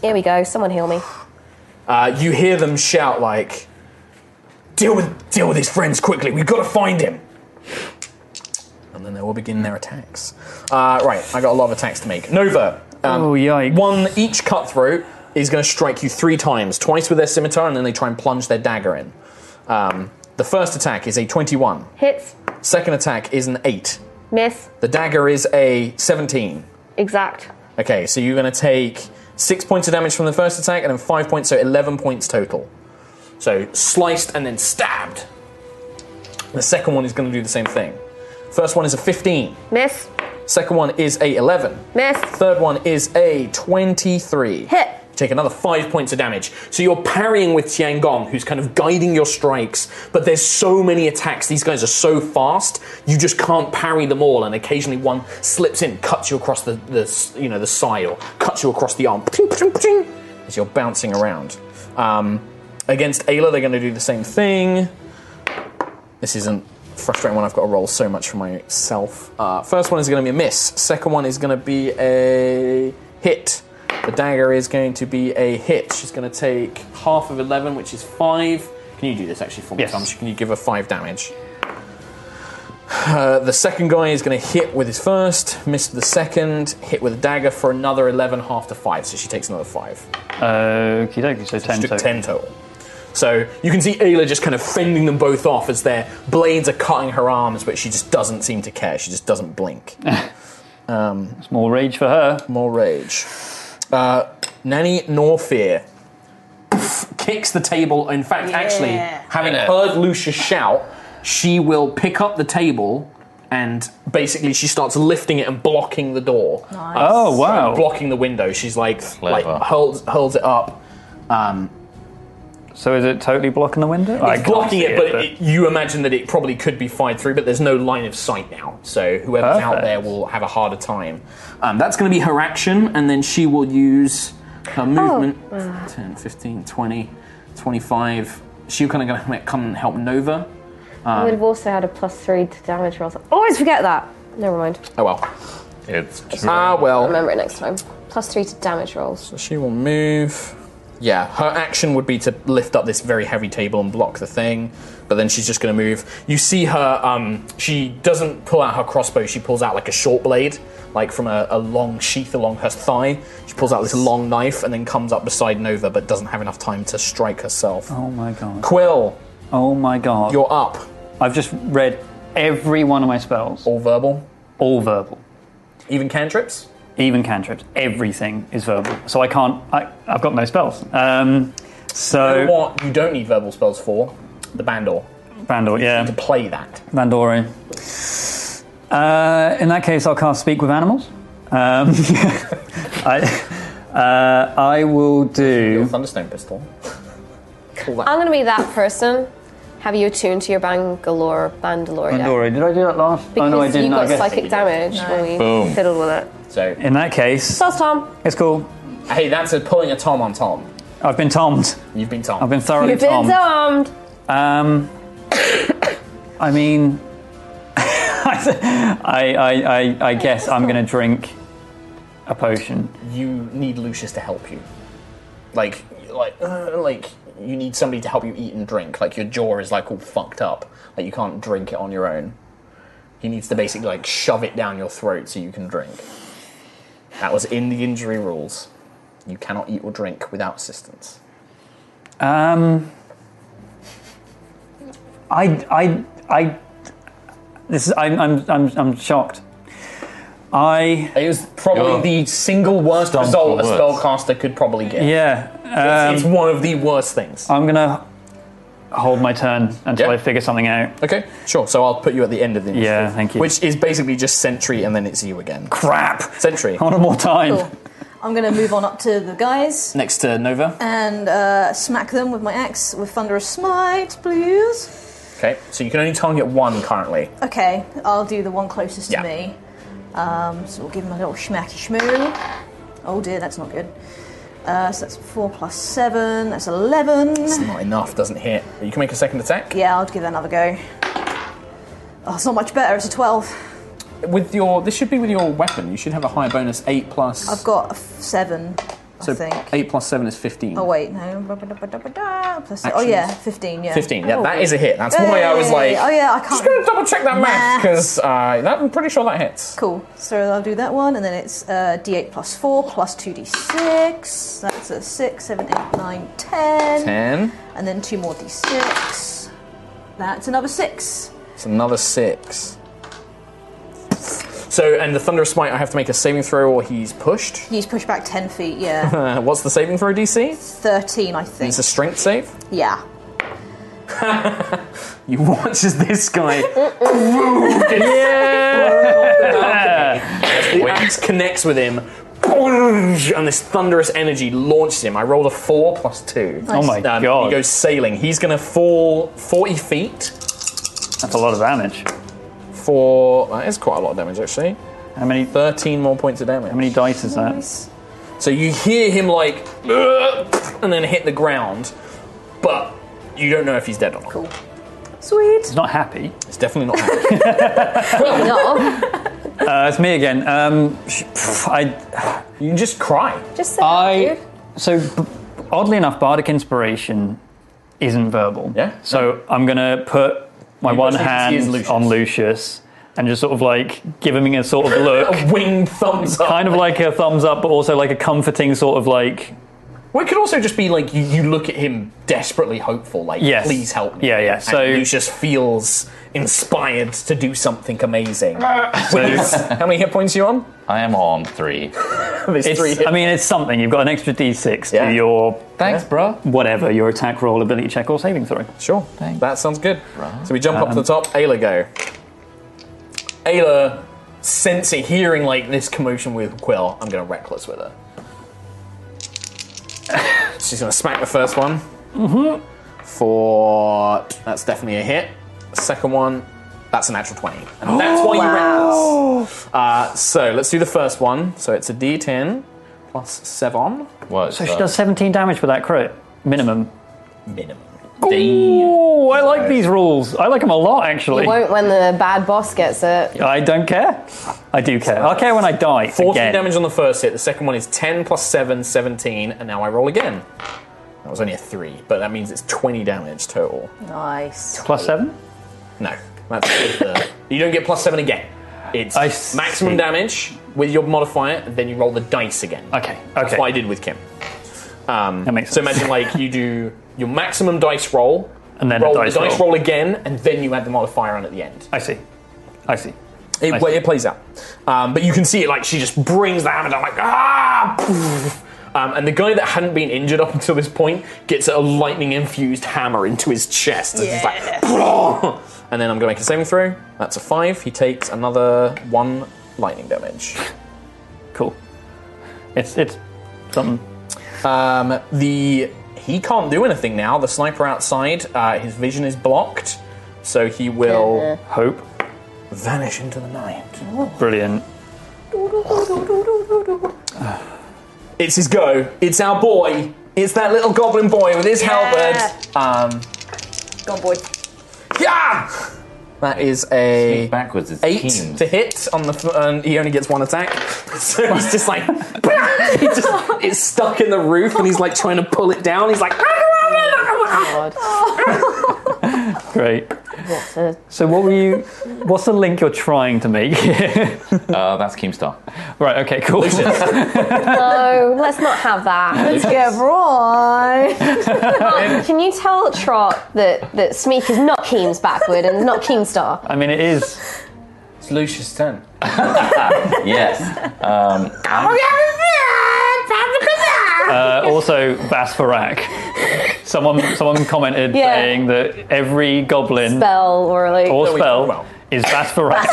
H: Here we go. Someone heal me.
D: Uh, you hear them shout like, "Deal with deal with his friends quickly. We've got to find him." And then they will begin their attacks. Uh, right, I got a lot of attacks to make. Nova. Um,
B: Oh, yikes.
D: One each cutthroat is going to strike you three times, twice with their scimitar, and then they try and plunge their dagger in. Um, the first attack is a 21.
H: Hits,
D: Second attack is an 8.
H: miss,
D: The dagger is a 17.
H: exact.
D: Okay, so you're going to take six points of damage from the first attack, and then five points, so eleven points total. So sliced and then stabbed. The second one is going to do the same thing. First one is a 15.
H: Miss,
D: Second one is a 11.
H: miss,
D: Third one is a 23.
H: Hit.
D: Take another five points of damage. So you're parrying with Tiangong, who's kind of guiding your strikes, but there's so many attacks. These guys are so fast, you just can't parry them all. And occasionally one slips in, cuts you across the, the s- you know the side or cuts you across the arm. Pting, pting, pting, as you're bouncing around. Um, against Ayla, they're going to do the same thing. This isn't frustrating when I've got to roll so much for myself. Uh, first one is going to be a miss. Second one is going to be a hit. The dagger is going to be a hit. She's going to take half of 11, which is 5. Can you do this actually for me,
B: Yes.
D: Tom? Can you give her 5 damage? Uh, the second guy is going to hit with his first, miss the second, hit with a dagger for another 11, half to 5, so she takes another 5.
B: Okie dokie, so 10
D: She
B: total.
D: took 10 total. So you can see Ayla just kind of fending them both off as their blades are cutting her arms, but she just doesn't seem to care. She just doesn't blink.
B: It's more rage for her.
D: More rage. Uh, Nanny Norfear poof, kicks the table. In fact, actually, having
G: Yeah.
D: heard Lucia shout, she will pick up the table and basically she starts lifting it and blocking the door.
B: Oh, wow.
D: Blocking the window. She's like, like
G: Clever.
D: holds, holds it up. Um,
B: So is it totally blocking the window? I
D: It's
B: can't
D: blocking
B: see
D: it, but it, you imagine that it probably could be fired through, but there's no line of sight now. So whoever's out
B: Perfect.
D: there will have a harder time. Um, that's going to be her action, and then she will use her movement 10, 15, 20, 25. She's kind of going to come and help Nova.
H: I would have also had a plus three to damage rolls. Always forget that. Never mind.
D: Oh well.
G: It's
D: Ah well.
H: Remember it next time. Plus three to damage rolls.
D: She will move. Yeah, her action would be to lift up this very heavy table and block the thing, but then she's just going to move. You see her, um, she doesn't pull out her crossbow, she pulls out like a short blade, like from a, a long sheath along her thigh. She pulls out this long knife and then comes up beside Nova, but doesn't have enough time to strike herself.
B: Oh my god.
D: Quill,
B: Oh my god.
D: you're up.
B: I've just read every one of my spells,
D: All verbal,
B: all verbal,
D: even cantrips.
B: even cantrips. Everything is verbal, so I can't. I, I've got no spells. Um,
D: You know
B: so
D: what you don't need verbal spells for? The Bandor.
B: Vandor,
D: To
B: yeah,
D: play that.
B: Vandori. Uh, in that case, I'll cast Speak with Animals. Um, I, uh, I will
D: Your
B: do.
D: Thunderstone pistol.
H: I'm going to be that person. Have you attuned to your Bangalore Bandalore yet?
B: Vandori, did I do that last? oh
H: Because
B: no, I didn't.
H: you
B: I
H: got
B: guess.
H: psychic damage when we
G: Boom.
H: fiddled with it.
D: So,
B: in that case,
H: Plus, Tom,
B: it's cool.
D: hey, that's a pulling a Tom on Tom.
B: I've been tommed.
D: You've been Tom.
B: I've been thoroughly
H: you've been
B: tommed.
H: domed.
B: Um, I mean, I, I, I, I guess I'm going to drink a potion.
D: you need Lucius to help you. Like, like, uh, like you need somebody to help you eat and drink. Like your jaw is like all fucked up. Like you can't drink it on your own. He needs to basically like shove it down your throat so you can drink. That was in the injury rules. You cannot eat or drink without assistance.
B: Um, I, I, I, this is, I'm, I'm, I'm, I'm shocked. I,
D: It was probably
G: You're
D: the single worst
G: stumped
D: result a
G: for words.
D: spellcaster could probably get.
B: yeah,
D: it's
B: um,
D: one of the worst things.
B: I'm going to hold my turn until
D: Yeah.
B: I figure something out.
D: Okay, sure. So I'll put you at the end of the
B: Yeah,
D: initiative,
B: thank you.
D: Which is basically just sentry, and then it's you again.
B: Crap!
D: Sentry.
B: I want more time.
I: Cool. I'm going to move on up to the guys
D: Next to Nova.
I: and uh, smack them with my axe with Thunderous Smite, please.
D: Okay, so you can only target one currently.
I: Okay, I'll do the one closest
D: Yeah.
I: to me. Um, so we'll give him a little schmacky schmoo. Oh dear, that's not good. Uh, so that's 4 plus 7, that's 11.
D: It's not enough, doesn't hit. But you can make a second attack.
I: Yeah, I'll give that another go. Oh, it's not much better, it's a 12.
D: With your, this should be with your weapon. You should have a higher bonus, eight plus.
I: I've got a f- 7,
D: so
I: I think.
D: eight plus seven is fifteen.
I: Oh wait, no. Plus, oh
D: Actions.
I: yeah, 15, yeah.
D: Fifteen. Yeah, that is a hit. That's why I was
I: Oh, Hey,
D: like,
I: oh yeah, I
D: just
I: can't-
D: gonna double check that math
I: Nah.
D: because uh, that, I'm pretty sure that hits.
I: Cool. So I'll do that one, and then it's uh, d8 plus 4 plus 2d6. That's a 6, 7, 8, 9, 10.
D: Ten.
I: And then two more d6. That's another 6.
D: It's another six. So, and the thunderous smite, I have to make a saving throw or he's pushed.
I: He's pushed back 10 feet, yeah.
D: Uh, what's the saving throw DC?
I: 13, I think.
D: It's a strength save.
I: Yeah.
D: You watch as this guy. yeah! the axe connects with him, and this thunderous energy launches him. I rolled a four plus two.
B: Oh my
D: Um, He
B: god,
D: goes sailing. He's going to fall 40 feet
B: that's a lot of damage.
D: for. That is quite a lot of damage, actually.
B: How many, how
D: 13 more points of damage.
B: many dice is that?
D: So you hear him like. And then hit the ground, but you don't know if he's dead or not. Cool.
B: He's not happy.
D: It's definitely not happening.
H: No,
B: Uh, it's me again. Um, sh- pff, I
D: you can just cry.
H: just say
B: I
H: that, dude.
B: so b- oddly enough, bardic inspiration isn't verbal.
D: Yeah.
B: So I'm gonna put my
D: You
B: one
D: just need to
B: hand
D: use Lucius.
B: on Lucius and just sort of like giving him a sort of look,
D: A winged thumbs up.
B: kind of like a thumbs up, but also like a comforting sort of like
D: Well, it could also just be like you, you look at him desperately hopeful, like,
B: Yes.
D: please help me.
B: Yeah, yeah,
D: And
B: so-
D: Lucius feels inspired to do something amazing. With- how many hit points are you on?
G: I am on three.
D: There's three
B: it's.
D: hit-
B: I mean, it's something. You've got an extra d6
D: Yeah.
B: to your
G: Thanks, bro.
B: whatever your attack roll, ability check, or saving throw.
D: sure.
G: Thanks.
D: That sounds good. So we jump up to the top. Ayla, go. Ayla, sensing, hearing like this commotion with Quill, I'm going to reckless with her. She's going to smack the first one. Mm-hmm. For that's definitely a hit. Second one, that's a natural twenty. And that's why you reckless. Uh, so let's do the first one. So it's a D10 plus seven
G: What?
B: So she does 17 damage with that crit minimum.
D: minimum.
G: Damn.
B: Ooh, I like these rules. I like them a lot,
H: You
B: actually.
H: won't when the bad boss gets it.
B: I don't care. I do care. I care when I die.
D: 14
B: again.
D: damage on the first hit. The second one is 10 plus 7, 17, and now I roll again. That was only a 3, but that means it's 20 damage total.
I: Nice.
B: Plus seven.
D: No, that's the, you don't get plus 7 again. It's
B: I
D: maximum
B: see.
D: damage with your modifier, and then you roll the dice again.
B: Okay. Okay.
D: That's what I did with Kim. Um,
B: That makes
D: So
B: sense.
D: imagine like you do your maximum dice roll,
B: And then a
D: roll
B: dice
D: the dice
B: roll.
D: roll. again, and then you add the modifier on at the end.
B: I see. I see.
D: It,
B: I
D: well,
B: see.
D: it plays out, um, but you can see it like she just brings the hammer down like ah. poof. Um, and the guy that hadn't been injured up until this point gets a lightning infused hammer into his chest. And, he's like, "Poof." and then I'm going to make a saving throw. That's a five. He takes another one lightning damage.
B: Cool. It's it's something.
D: Um, the he can't do anything now. The sniper outside, uh, his vision is blocked, so he will
B: Hope.
D: vanish into the night.
B: Brilliant.
D: It's his go. It's our boy. It's that little goblin boy with his halberd. Um,
I: Gone, boy.
D: yeah. That is a
G: Backwards, it's
D: eight
G: teams.
D: to hit on the. f- And he only gets one attack, so he's just like, he just it's stuck in the roof, and he's like trying to pull it down. He's like.
H: God.
B: Great.
H: What a
B: So what were you? What's the link you're trying to make?
G: Uh, that's Keemstar.
B: right. Okay. Cool.
H: No, let's not have that.
I: Let's get right.
H: Can you tell Trot that, that Smeek is not Keem's backward and is not Keemstar?
B: I mean, it is.
D: It's Lucius' turn.
G: Yes. Um,
B: Uh, also, Basfarak. Someone someone commented
H: Yeah.
B: saying that every goblin
H: Spell or like
B: or
D: There we
B: spell
D: go. Well.
B: is Basfarak.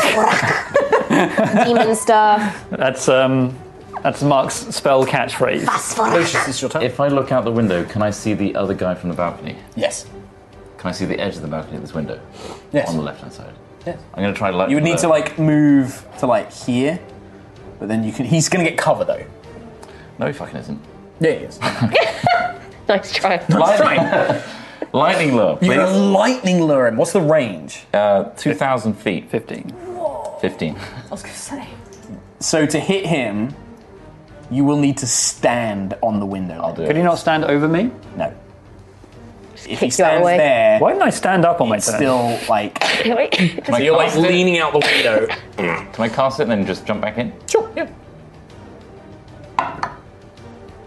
H: demon stuff.
B: that's um, that's Mark's spell catchphrase.
D: Lucius, it's your turn.
G: if I look out the window, can I see the other guy from the balcony?
D: yes.
G: Can I see the edge of the balcony at this window?
D: Yes.
G: On the left hand side.
D: Yes.
G: I'm going to try to light
D: You would
G: the-
D: need to like move to like here, but then you can. He's gonna get cover though.
G: No, he fucking isn't.
D: Yeah, he is.
H: Nice try.
G: Lightning, lightning lure,
D: You're
G: please.
D: gonna lightning lure him. What's the range?
G: Uh, 2,000 feet.
B: Fifteen.
G: 15.
I: I was going to say.
D: So to hit him, you will need to stand on the window. I'll
G: do
B: Could
G: it.
B: you not stand over me?
D: No. If he
H: kick you out
D: stands
H: of the way.
D: there,
B: Why didn't I stand up on my
D: it's
B: turn?
D: still like
G: Can I
D: you're like
G: cast it?
D: leaning out the window.
G: Can I cast it and then just jump back in?
D: sure. Yeah.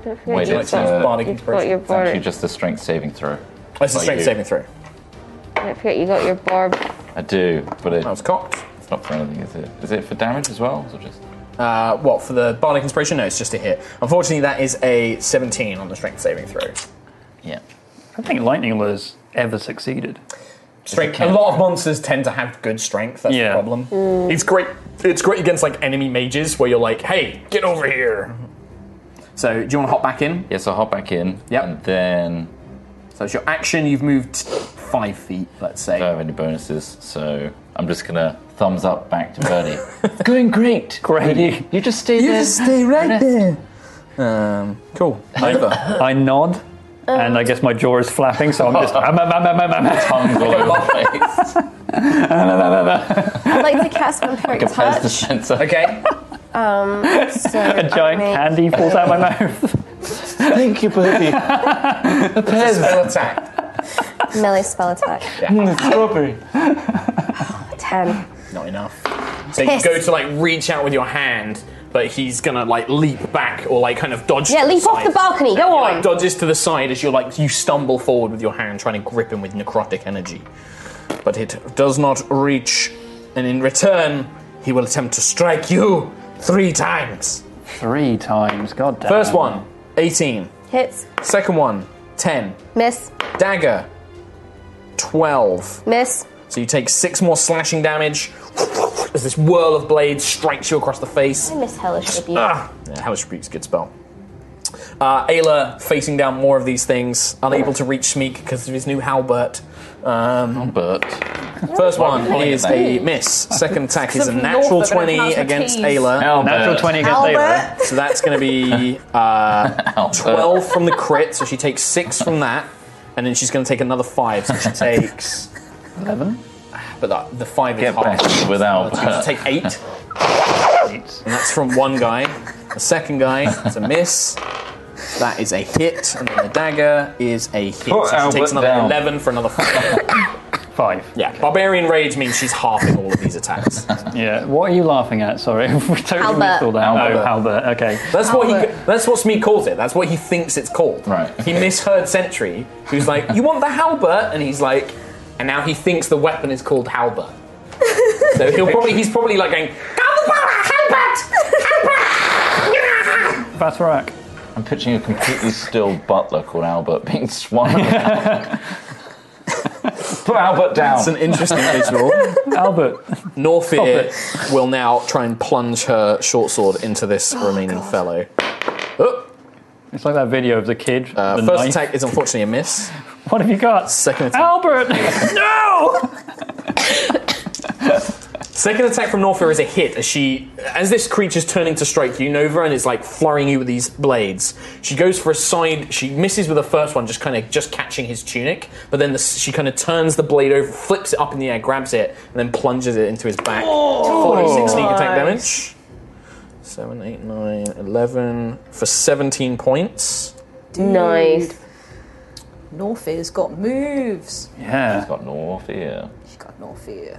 G: Wait,
D: you
G: it's,
D: like to use
G: uh,
D: bardic
G: it's
D: You've got your
G: actually just a strength saving throw.
D: That's a
G: Like
D: strength
G: you.
D: saving throw.
H: Don't forget you got your barb.
G: I do, but it-
D: That was cocked.
G: it's not for anything, is it? Is it for damage as well? Or just
D: Uh, what for the bardic inspiration? No, it's just a hit. Unfortunately, that is a 17 on the strength saving throw.
G: Yeah.
B: I don't think lightning lures ever succeeded.
D: Strength.
G: If it
D: A
G: can.
D: lot of monsters tend to have good strength. That's
B: Yeah.
D: the problem. It's great. It's great against like enemy mages where you're like, "Hey, get over here." So, do you want to hop back in?
G: Yeah, so hop back in.
D: Yep.
G: And then
D: So, it's your action. You've moved five feet, let's say.
G: I don't have any bonuses, so I'm just going to thumbs up back to Bernie. It's going great.
B: Great.
G: You, you just stay there. Rest.
D: there. Um, cool. Over.
B: I nod,
G: uh,
B: and I guess my jaw is flapping, so I'm just. um, um, um, um, um, um,
G: Tongues all over the place.
H: I'd like to cast Vampiric
G: Compares the
H: Touch.
G: sensor.
D: okay.
H: Um, so
B: A giant candy falls out of my mouth.
G: Thank you, Bernie.
D: There's spell attack.
H: Melee spell attack.
G: Strawberry.
H: Ten.
D: Not enough. So you go to like reach out with your hand, but he's gonna like leap back or like kind of dodge.
H: Yeah,
D: to
H: leap off
D: side.
H: the balcony. Go
D: He,
H: on.
D: like, dodges to the side as you're like you stumble forward with your hand trying to grip him with necrotic energy but it does not reach and in return he will attempt to strike you three times
B: Three times. God damn.
D: first one 18
H: Hits.
D: second one 10
H: Miss.
D: dagger 12
H: Miss.
D: so you take six more slashing damage as this whirl of blades strikes you across the face
H: I miss Hellish with you.
D: Ah, yeah, Hellish Rebuke's a good spell. Uh, Ayla facing down more of these things, unable to reach Smeek because of his new halbert. Um,
G: But
D: first one
G: calling it
D: is
G: that?
D: a miss. Second attack is a
I: Norfolk
D: natural
I: and it
D: 20
I: has the
D: against
I: Ts.
D: Ayla,
B: Natural 20 against Ayla.
I: Albert.
D: so that's going to be uh, 12 from the crit, so she takes 6 from that. and then she's going to take another five. So she takes
G: Eleven.
D: but that, the five is
G: Get
D: half.
G: back without.
D: So take eight, and
B: Eight.
D: that's from one guy. The second guy, it's a miss. That is a hit, and then the dagger is a hit.
G: Put
D: so she
G: Albert
D: takes another
G: down.
D: eleven for another five.
B: Five.
D: yeah, barbarian rage means she's halving all of these attacks.
B: Yeah. What are you laughing at? Sorry, we totally
F: Albert.
B: missed all that.
D: Albert.
B: Oh, Albert. Okay.
D: That's what he. That's what Smee calls it. That's what he thinks it's called.
G: Right.
D: He misheard Sentry, who's like, "You want the halberd?" And he's like, and now he thinks the weapon is called halberd. so he'll probably he's probably like going
B: Batharak.
G: I'm pitching a completely still butler called Albert being swung. around. Put Albert down.
D: It's an interesting visual.
B: Albert.
D: Norfear will now try and plunge her short sword into this remaining fellow. Oh,
B: It's like that video of the kid.
D: uh,
B: the
D: first
B: knife.
D: attack is unfortunately a miss.
B: What have you got?
D: Second attack.
B: Albert. no.
D: Second attack from Norfair is a hit as she, as this creature's turning to strike you, Nova, and it's like flurrying you with these blades. She goes for a side. She misses with the first one, just kind of just catching his tunic. But then the, she kind of turns the blade over, flips it up in the air, grabs it, and then plunges it into his back. Forty-six sneak attack damage. Seven, eight, nine, eleven for seventeen points.
F: Nice.
I: Norfear's got moves.
B: Yeah.
G: Got North here.
I: She's got Norfear.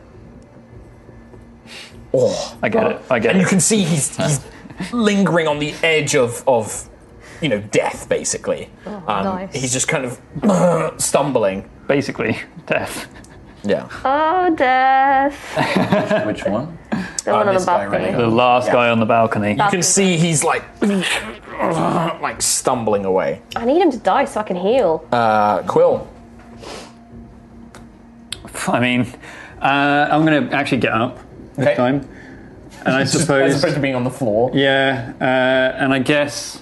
D: Oh,
B: I get it. I get
D: and you
B: it.
D: can see he's, he's lingering on the edge of, of you know death basically um,
C: nice.
D: he's just kind of stumbling
B: Basically, death.
D: yeah
H: Oh, death.
G: Which one?
H: The one on
D: this
H: the
D: guy right
H: balcony.
D: here.
B: The last guy on the balcony.
D: you can see he's like like stumbling away
H: I need him to die so I can heal.
D: uh, quill
B: I mean, uh, I'm going to actually get up this
D: Okay.
B: time. And I
D: as
B: suppose.
D: opposed to being on the floor
B: Yeah, uh, and I guess.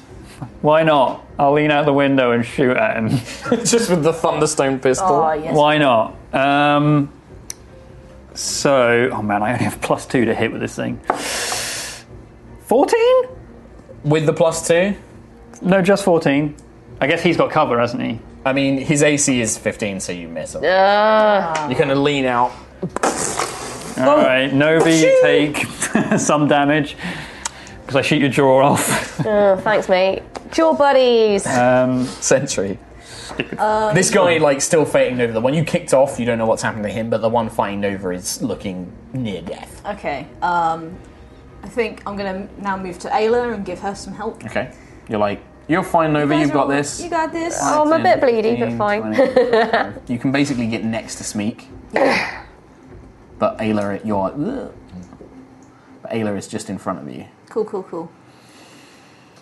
B: Why not? I'll lean out the window and shoot at him.
D: just with the thunderstone pistol
I: Oh, yes.
B: Why not? Um, so. Oh man, I only have plus two to hit with this thing. 14?
D: with the plus two
B: No, just 14. I guess he's got cover, hasn't he?
D: i mean his ac is 15 so you miss him you kind of lean out
B: Alright, Novi, you take some damage. Because I shoot your jaw off.
H: Oh, thanks, mate. Jaw buddies.
I: Uh,
B: Um,
D: Sentry. this guy, like, still fighting Nova. The one you kicked off, you don't know what's happened to him, but the one fighting Nova is looking near death.
I: Okay. Um, I think I'm gonna now move to Ayla and give her some help.
D: Okay. You're like, you're fine, Nova, you've got this.
I: You got this.
H: Oh, I'm a bit bleedy, but fine.
D: you can basically get next to Smeek. but Ayla, you're. Ugh. But Ayla is just in front of you.
I: Cool, cool, cool.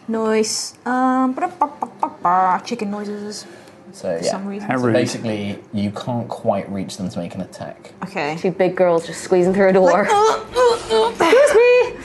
I: Nice. Um, ba-da-ba-ba-ba-ba, chicken noises
D: So,
I: for
D: yeah.
I: some reason.
B: how rude.
D: Basically, you can't quite reach them to make an attack.
I: Okay.
H: Two big girls just squeezing through a door.
I: Excuse me.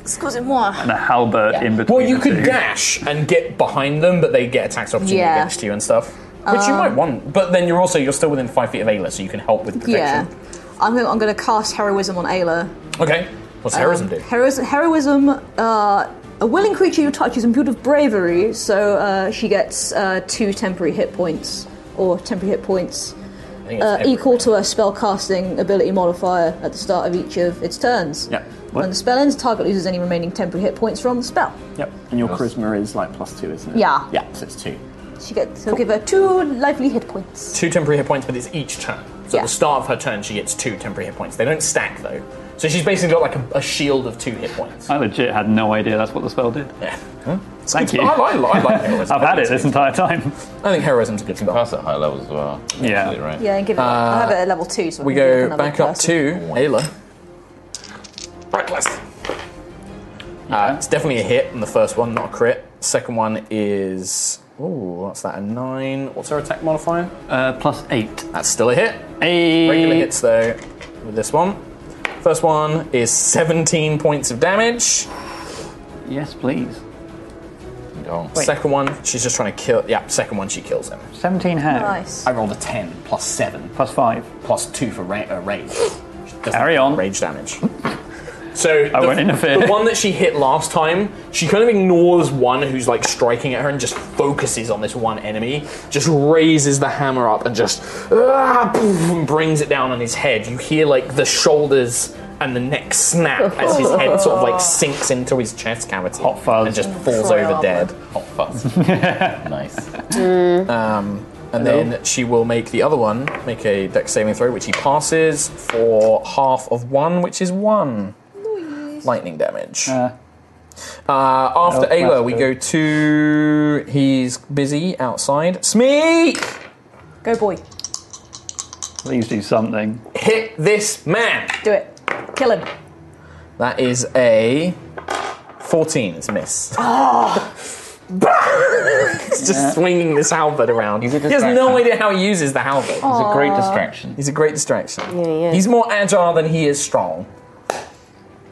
I: Excuse moi.
B: And a halberd in between.
D: Well, you
B: the
D: could
B: two.
D: dash and get behind them, but they get attacks opportunity
I: Yeah. Uh,
D: against you and stuff, which you might want. But then you're also you're still within five feet of Ayla, so you can help with
I: Yeah.
D: protection.
I: I'm gonna, I'm gonna cast heroism on Ayla.
D: Okay. What's heroism
I: um,
D: do?
I: Heroism, heroism uh, a willing creature you touch is imbued with bravery, so uh, she gets uh, two temporary hit points, or temporary hit points
D: I think it's
I: uh,
D: every-
I: equal to her spellcasting ability modifier at the start of each of its turns.
D: Yeah.
I: When the spell ends, the target loses any remaining temporary hit points from the spell.
A: Yep. And your charisma is like plus two, isn't it?
I: Yeah.
A: Yeah, so it's two.
I: She gets, he'll give her two lively hit points.
D: two temporary hit points, but it's each turn. So at
I: Yeah.
D: the start of her turn, she gets two temporary hit points. They don't stack though, so she's basically got like a, a shield of two hit points.
B: I legit had no idea that's what the spell did.
D: Yeah.
B: Thank you.
D: I, I, li- I like heroism.
B: I've had it this entire time.
D: I think heroism's a good spell.
G: Pass at high levels as well.
B: Yeah.
G: Actually, right.
I: Yeah, and give it. I have it at level two, so I
D: We
I: can give it
D: go
I: another
D: back up
I: person.
D: to Ayla. Reckless. Uh, it's definitely a hit on the first one, not a crit. Second one is. Ooh, what's that? A nine. What's her attack modifier?
B: Uh, plus eight.
D: That's still a hit.
B: Eight.
D: Regular hits though with this one. First one is 17 points of damage.
B: Yes, please.
G: Go on.
D: Second one, she's just trying to kill. Yeah, second one, she kills him.
B: 17 how?
I: Nice.
D: I rolled a 10 plus 7
B: Plus five.
D: plus 2 for ra- uh, rage. She doesn't
B: Carry on.
D: Rage damage. So I the,
G: won't interfere.
D: The one that she hit last time, she kind of ignores one who's like striking at her and just focuses on this one enemy. Just raises the hammer up and just ah, poof, and brings it down on his head. You hear like the shoulders and the neck snap as his head sort of like sinks into his chest cavity
G: Hot fuzz.
D: and just falls
H: Troy
D: over
H: Armour.
D: dead.
G: Hot fuzz. nice.
D: And then she will make the other one make a dex saving throw, which he passes for half of one, which is one lightning damage.
B: Uh.
D: Uh, after
B: Nope,
D: Ayla,
B: that's
D: we
B: good.
D: go to. He's busy outside. Smeek!
I: Go, boy.
B: Please do something.
D: Hit this man!
I: Do it. Kill him.
D: That is a 14. It's a miss. He's just swinging this halberd around. He
G: You did
D: has
G: distract
D: no
G: him.
D: idea how he uses the halberd.
G: It's a great distraction.
D: He's a great distraction.
H: he is.
D: He's more agile than he is strong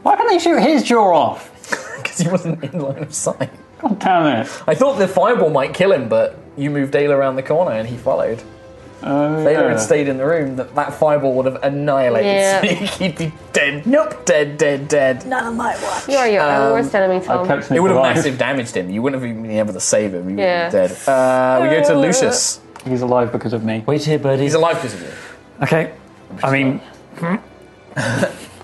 B: Why can't they shoot his jaw off?
D: because he wasn't in line of sight.
B: God damn it.
D: I thought the fireball might kill him, but you moved Ayla around the corner and he followed.
B: Oh,
D: If Ayla
B: yeah.
D: had stayed in the room, that, that fireball would have annihilated
H: Yeah.
D: Sneak. He'd be dead. Nope. Dead, dead, dead.
I: None of my watch.
H: You are your own worst enemy,
B: I
H: Tom.
B: kept
D: It
B: Nick
D: would have
B: alive.
D: massive damaged him. You wouldn't have even been able to save him. He would
H: Yeah.
D: have been dead. Uh, we go to Lucius.
B: He's alive because of me.
G: Wait here, buddy.
D: He's alive because of you.
B: Okay. I mean,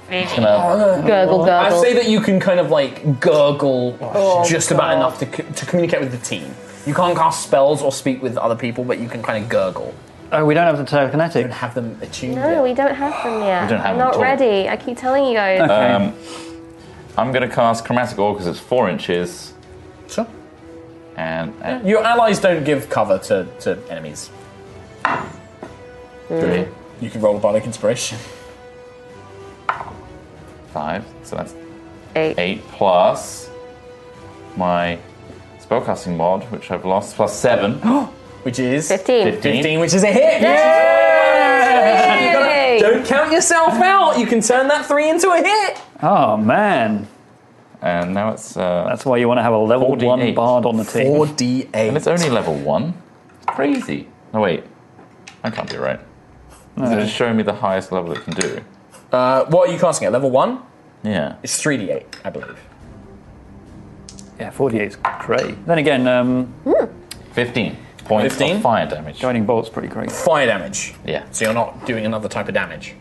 H: Gurgle,
D: I
H: gurgle.
D: say that you can kind of like gurgle
H: Oh,
D: just about enough to, c- to communicate with the team. You can't cast spells or speak with other people, but you can kind of gurgle
B: oh, we don't have the
D: and
B: telekinetic.
D: have them attuned.
H: No,
D: yet.
H: we don't have them yet.
G: We don't have
H: I'm
G: them
H: not
G: at all.
H: ready. I keep telling you guys.
B: Uh,
G: Um, I'm going to cast Chromatic Orb because it's four inches.
D: Sure.
G: And uh,
D: Your allies don't give cover to, to enemies.
G: three,
D: You can roll a bardic inspiration.
G: five. So that's
H: Eight.
G: eight plus my spellcasting mod, which I've lost, plus seven.
D: Which is
H: Fifteen.
D: 15, which is a hit. You gotta- Don't count yourself out. You can turn that three into a hit.
B: Oh, man.
G: And now it's. Uh,
B: That's why you want to have a level 1
G: 48.
B: bard on the team.
D: Four d eight.
G: and it's only level one. It's crazy. Oh, wait. I can't be right. It's just showing me the highest level it can do.
D: Uh, what are you casting at level one?
G: Yeah.
D: It's three d eight, I believe.
B: Yeah, 48 is great. Then again, um,
G: 15 points
D: 15?
G: of fire damage.
B: guiding bolt's pretty great.
D: Fire damage.
G: Yeah.
D: So you're not doing another type of damage.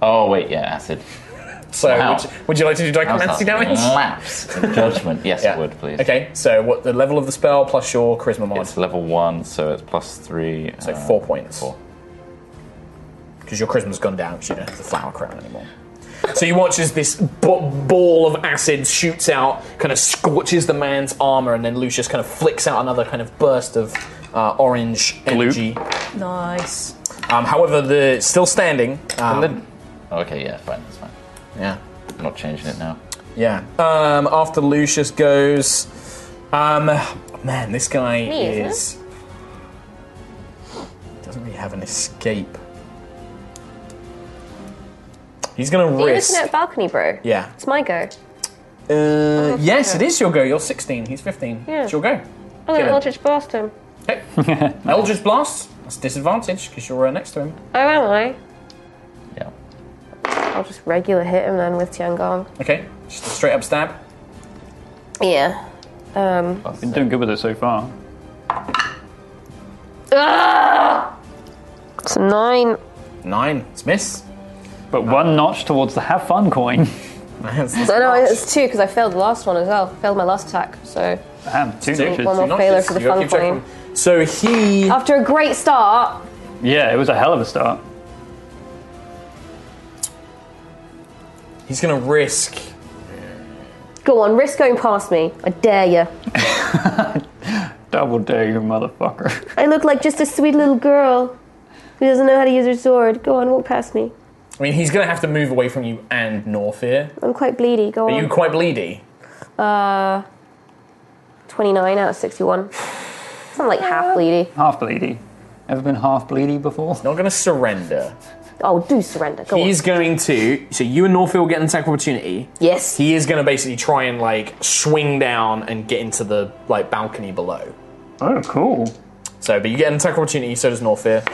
G: Oh, wait, yeah, acid.
D: So
G: Wow.
D: would, you, would you like to do
G: That's
D: dichromancy
G: not-
D: damage?
G: Lapse. in Judgment. Yes,
D: Yeah.
G: it would, please. Oh,
D: Okay. So what the level of the spell plus your charisma mod?
G: It's level one, so it's plus three.
D: So
G: uh,
D: four points.
G: Four.
D: because your charisma's gone down 'cause you don't have the flower crown anymore. So you watch as this b- ball of acid shoots out, kind of scorches the man's armor, and then Lucius kind of flicks out another kind of burst of uh, orange energy.
I: Nice.
D: Um, however, the still standing. Um,
G: Okay, yeah, fine, that's fine.
D: yeah,
G: I'm not changing it now.
D: yeah. Um, after Lucius goes, um, man, this guy
H: Me, isn't it?
D: is doesn't really have an escape. He's gonna
H: Are you
D: risk.
H: looking at balcony, bro?
D: yeah.
H: It's my go.
D: Uh, yes, it is your go. You're 16. He's 15.
H: Yeah.
D: It's your go.
H: I'm
D: Kill
H: gonna
D: him.
H: Eldritch Blast him.
D: Okay. Eldritch Blast. That's disadvantage because you're uh, next to him.
H: Oh, am I?
G: Yeah.
H: I'll just regular hit him then with Tiangong.
D: Okay. Just a straight up stab.
H: Yeah. Um.
G: Plus
B: Been doing good with it so far.
H: Ah! It's a nine.
D: Nine. It's miss.
B: But one notch towards the have fun coin.
D: That's- that's
H: I know
D: notch.
H: it's two because I failed the last one as well. Failed my last attack. So
B: Damn, two
D: Two-
B: notches.
H: One
D: two
H: more failure
D: notches.
H: for the
D: You gotta
H: fun Oh.
D: keep checking. So he.
H: after a great start,
B: Yeah, it was a hell of a start.
D: He's gonna risk.
H: go on, risk going past me. I dare you.
B: Double dare you, motherfucker.
H: I look like just a sweet little girl who doesn't know how to use her sword. Go on, walk past me.
D: I mean, he's gonna have to move away from you and Norfear.
H: I'm quite bleedy. Go
D: Are you
H: on.
D: quite bleedy?
H: Uh, 29 out of 61. It's not like half bleedy.
B: half bleedy. Ever been half bleedy before?
D: Not gonna surrender.
H: Oh, do surrender. Go
D: He's going to. So you and Norfear will get an attack opportunity.
H: on. Yes.
D: He is gonna basically try and like swing down and get into the like balcony below.
B: Oh, cool.
D: So, but you get an attack opportunity, so does Norfear.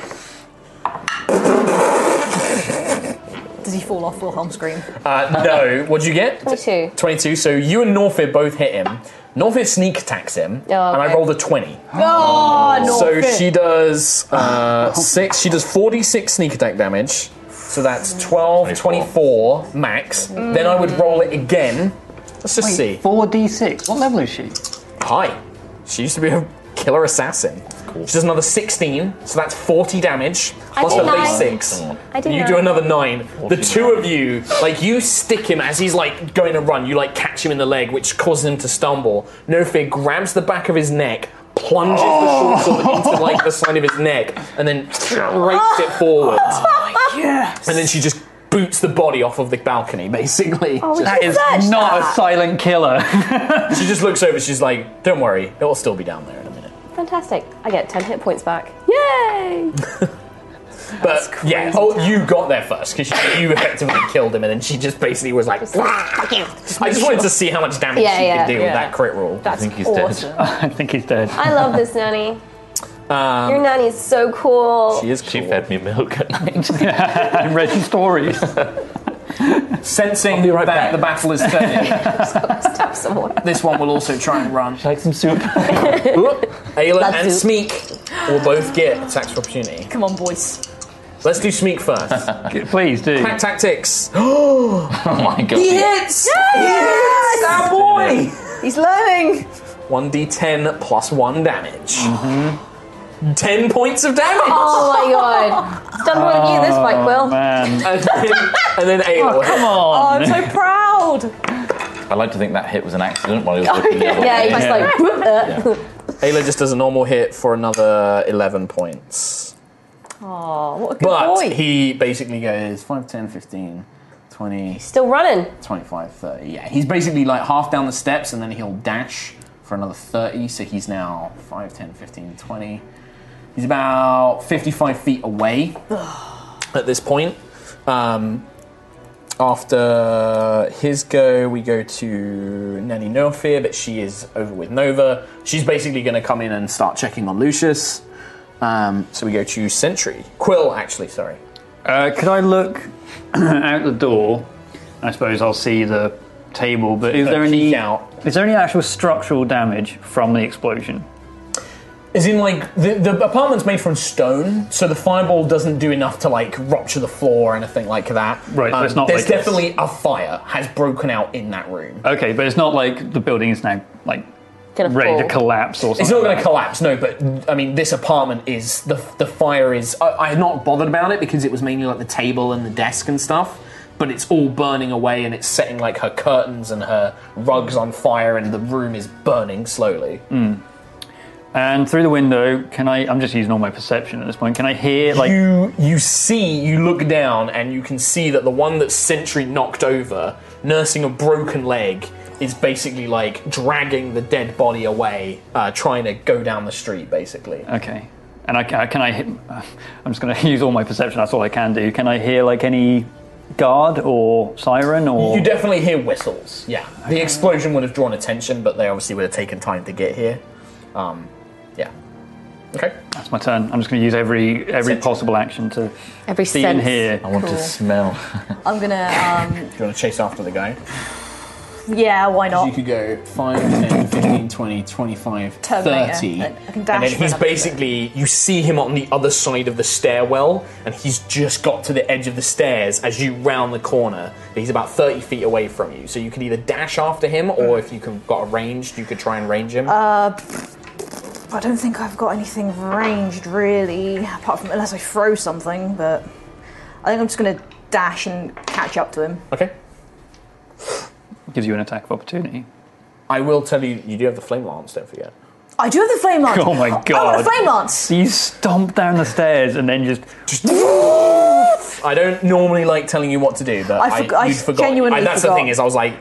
H: Does
I: he fall off, will Helm scream.
D: Uh, no. What'd you get?
H: 22.
D: 22. So you and Norfir both hit him. Norfir sneak attacks him,
H: Oh,
D: and I
H: okay.
D: rolled a 20.
I: Oh, no!
D: so she does uh, 6. She does 46 sneak attack damage. So that's 12, 24,
G: 24.
D: max. Then I would roll it again. Let's just see.
B: 4d6. What level is she?
D: Hi. She used to be a killer assassin. She does another 16, so that's 40 damage, plus
H: did
D: her base
H: nine.
D: 6.
H: I did
D: And you
H: nine.
D: do another 9. The two of you, like, you stick him as he's, like, going to run. You, like, catch him in the leg, which causes him to stumble. No fear grabs the back of his neck, plunges the short sword into, like, the side of his neck, and then rakes it forward.
H: Oh
B: Yes!
D: And then she just boots the body off of the balcony,
H: Oh,
D: basically.
B: That is not a silent killer.
D: She just looks over, she's like, don't worry, it'll still be down there in a minute.
H: Fantastic. I get 10 hit points back. Yay!
D: But yeah, oh, you got there first because you effectively killed him, and then she just basically was like, "Fuck you." I just wanted to see how much damage
H: Yeah,
D: she
H: yeah,
D: could do with
H: yeah.
D: that crit roll.
G: I think he's dead.
B: I think he's dead.
H: I love this nanny. Your
D: Um,
H: nanny is so cool.
D: she is
G: She
D: cool.
G: fed me milk at night.
B: I read stories.
D: Sensing that the battle is turning,
H: Stab someone.
A: This one will also try and run.
B: like some soup.
D: Oop, Ayla
I: Let's
D: and
I: do-
D: Smeek will both get attacks of opportunity.
I: Come on, boys.
D: Let's do Smeek first.
B: Please do.
D: Pack tactics.
G: oh my god.
D: He hits! He hits! Our boy!
I: He's learning!
D: 1d10 plus 1 damage. 10 points of damage!
H: Oh my god. It's done more than you this
D: Oh,
H: fight, Quill.
B: Man.
D: And then, and then Ayla
H: Oh,
D: will hit.
B: Um, Come on.
I: I'm so proud!
G: I like to think that hit was an accident while he was looking the other
H: yeah,
G: way.
H: he's just like, whoop, uh,
D: Ayla just does a normal hit for another 11 points.
I: Aw, what a good
D: But
I: boy.
D: he basically goes 5, 10, 15, 20,
H: still running.
D: 25, 30. Yeah, he's basically like half down the steps and then he'll dash for another 30. So he's now 5, 10, 15, 20. He's about 55 feet away at this point. Um, after his go, we go to Nanny Norfear, but she is over with Nova. She's basically going to come in and start checking on Lucius. Um, so we go to Sentry. Quill, actually, sorry.
B: Uh, could I look out the door? I suppose I'll see the table, but is
D: Uh,
B: there any
D: peek out.
B: is there any actual structural damage from the explosion?
D: Is in like the, the apartment's made from stone, so the fireball doesn't do enough to like rupture the floor or anything like that. Um,
B: Right, so it's not
D: there's
B: like this.
D: definitely a fire has broken out in that room.
B: Okay, but it's not like the building is now like
H: Gonna
B: ready
H: fall.
B: to collapse or something.
D: Oh. It's not going
B: like
D: to
B: that.
D: collapse, no. But I mean, this apartment is the the fire is. I, I'm not bothered about it because it was mainly like the table and the desk and stuff. But it's all burning away, and it's setting like her curtains and her rugs on fire, and the room is burning slowly.
B: And through the window, can I? I'm just using all my perception at this point. Can I hear like?
D: you you see you look down and you can see that the one that Sentry knocked over, nursing a broken leg, is basically like dragging the dead body away, uh, trying to go down the street. Basically,
B: Okay. And I ca- can I? hit- I'm just going to use all my perception. That's all I can do. Can I hear like any guard or siren or?
D: you definitely hear whistles. Yeah, the explosion would have drawn attention, but they obviously would have taken time to get here. Um, yeah. Okay.
B: That's my turn. I'm just going to use every every
D: Sense.
B: possible action to
H: Every
B: see and
H: sense.
B: hear.
G: I want to smell.
I: I'm gonna,
D: Do you want to chase after the guy?
I: um, yeah, why
D: You
I: not?
D: could go 5, 10, 15, 20, 25,
I: Terminator.
D: 30.
I: I- I can dash
D: and then
I: for another
D: he's
I: bit.
D: basically, you see him on the other side of the stairwell, and he's just got to the edge of the stairs as you round the corner. He's about 30 feet away from you. So you could either dash after him, or if you can, got a ranged, you could try and range him.
I: Uh, I don't think I've got anything ranged really, apart from unless I throw something, but I think I'm just gonna dash and catch up to him.
D: okay.
B: Gives you an attack of opportunity.
D: I will tell you, you do have the flame lance, don't forget.
I: I do have the flame lance!
B: Oh my
I: I want a
B: God.
I: flame lance!
B: So you stomp down the stairs and then just.
D: I don't normally like telling you what to do, but
I: I
D: I,
I: forg- I
D: you'd forgotten.
I: genuinely
D: And that's the
I: forgot.
D: thing is, I was like,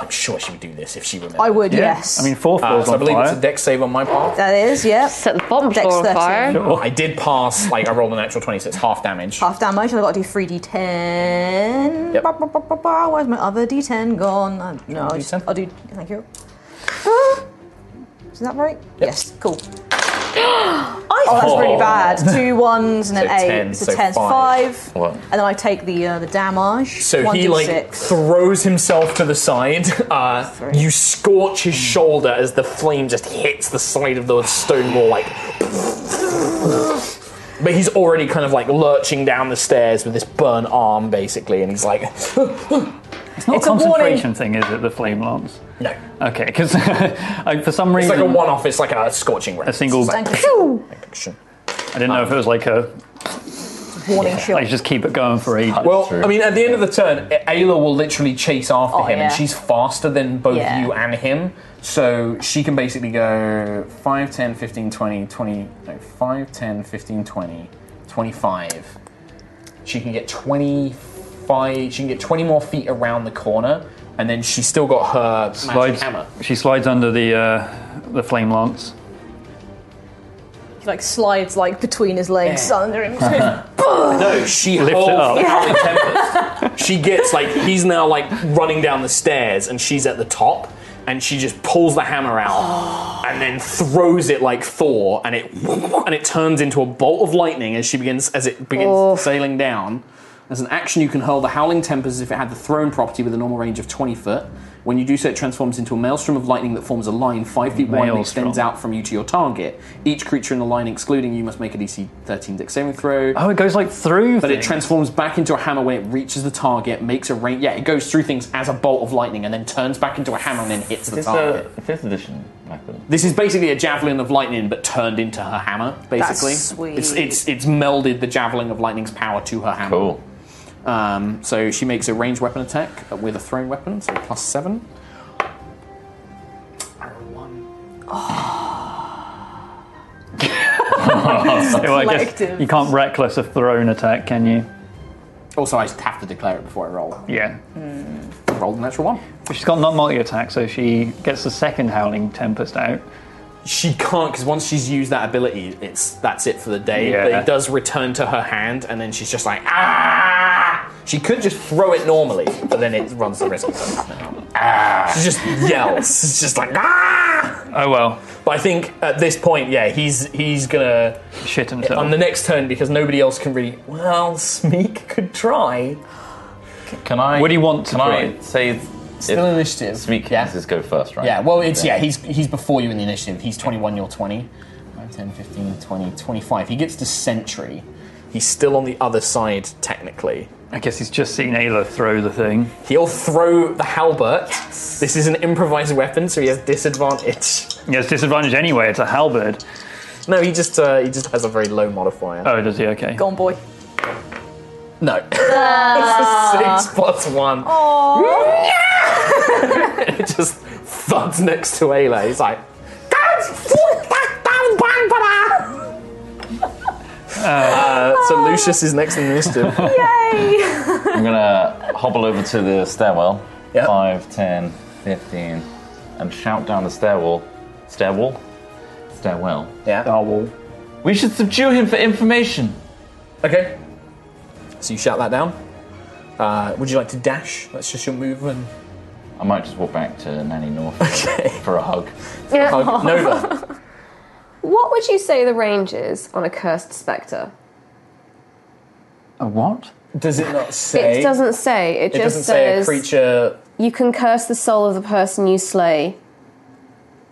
D: I'm sure she would do this if she remembered.
I: I would, yes.
B: I mean, fourth
D: Uh,
B: floor's
D: so I
B: on
D: believe
B: fire.
D: it's a deck save on my part.
I: that is, yep.
H: Set the bottom
I: Dex
H: floor on
I: 13.
H: fire.
D: Oh. I did pass, like, I rolled a natural 20, so it's half damage.
I: Half damage, I've got to do 3d10.
D: Yep.
I: Ba, ba, ba, ba, ba. Where's my other d10 gone? Uh, no, I'll, just,
D: 10.
I: I'll do. Thank you. Ah, Is that right? Yes, cool. I Oh, that's really
D: Oh.
I: bad. Two ones and an
D: So
I: eight.
D: ten,
I: so,
D: so
I: ten,
D: five.
I: five.
G: What?
I: And then I take the uh, the damage.
D: So
I: One
D: he
I: d
D: like
I: six.
D: throws himself to the side. Uh, you scorch his shoulder as the flame just hits the side of the stone wall, like. But he's already kind of like lurching down the stairs with this burnt arm, basically, and he's like,
B: It's not
I: It's
B: a
I: a warning.
B: concentration thing, is it? The flame lance.
D: "No."
B: Okay, because for some
D: It's
B: reason
D: like a one-off. It's like a scorching ray.
B: A single-
D: It's like-
I: Pew!
B: I didn't know if it was like a
I: warning shot.
B: like just keep it going for ages.
D: Well,
G: True.
D: I mean, at the end of the turn, A- Ayla will literally chase after
I: Oh,
D: him, and
I: yeah.
D: she's faster than both
I: Yeah.
D: you and him. So she can basically go 5, 10, 15, 20, 20, no, 5, 10, 15, 20, 25. She can get 25, she can get 20 more feet around the corner, and then she's still got her magic
B: slides,
D: hammer.
B: she slides under the uh, the flame lance.
I: He like slides like between his legs
D: Yeah.
I: under him.
D: No, she
B: Lifts it
D: holds
B: up.
D: the Howling Tempest. She gets like he's now like running down the stairs, and she's at the top, and she just pulls the hammer out, and then throws it like Thor, and it and it turns into a bolt of lightning as she begins as it begins sailing down. As an action, you can hurl the Howling Tempest as if it had the thrown property with a normal range of 20 foot. When you do so, it transforms into a maelstrom of lightning that forms a line 5 feet wide and
B: Maelstrom.
D: extends out from you to your target. Each creature in the line, excluding you, must make a DC 13 dex saving throw.
B: Oh, it goes like through.
D: But it
B: things.
D: transforms back into a hammer when it reaches the target, makes a rain. Yeah, it goes through things as a bolt of lightning and then turns back into a hammer and then hits the
G: It's
D: target.
G: a fifth edition method.
D: This is basically a javelin of lightning, but turned into her hammer. Basically,
I: sweet.
D: It's, it's it's melded the javelin of lightning's power to her hammer.
G: Cool.
D: Um, so she makes a ranged weapon attack with a thrown weapon, so plus seven. I roll one.
B: Well, I guess
I: collective.
B: you can't reckless a thrown attack, can you?
D: Also, Oh, I have to declare it before I roll.
B: Yeah.
D: Rolled a natural one.
B: She's got not multi attack, so she gets the second howling tempest out.
D: she can't because once she's used that ability, it's that's it for the day.
B: Yeah.
D: But it does return to her hand, and then she's just like ah. She could just throw it normally, but then it runs the risk. of ah. She just yells. It's just like ah.
B: Oh well,
D: But I think at this point, yeah, he's he's gonna
B: shit himself.
D: on the next turn because nobody else can really. Well, Smeek could try.
G: Can I?
B: What do you want to
G: Can I
B: try?
G: say?
D: Still initiative.
G: Sweet
D: Yeah.
G: cases go first, right?
D: Yeah, well, it's yeah. He's he's before you in the initiative. He's 21, you're 20. 5, 10, 15, 20, 25. He gets to Sentry. He's still on the other side, technically.
B: I guess he's just seen Ayla throw the thing.
D: He'll throw the halbert. This is an improvised weapon, so he has disadvantage.
B: He has disadvantage anyway. It's a halberd.
D: No, he just uh, he just has a very low modifier.
B: Oh, does he? Okay.
I: Gone boy.
D: No, it's a six plus one. it just thuds next to Ayla. He's like, "Don't fuck that damn Barbara!" Uh, so Lucius is next in the initiative.
G: I'm gonna hobble over to the stairwell.
D: Yep.
G: Five, ten, fifteen, and shout down the stairwell. Stairwell. Stairwell.
D: Yeah.
G: We should subdue him for information.
D: Okay. So you shout that down. Uh, would you like to dash? That's just your movement.
G: I might just walk back to Nanny North for a hug.
D: Oh, Nova.
H: What would you say the range is on a cursed spectre?
B: A what?
D: Does it not say?
H: It doesn't say. It,
D: It
H: just
D: doesn't say a
H: says
D: creature.
H: you can curse the soul of the person you slay.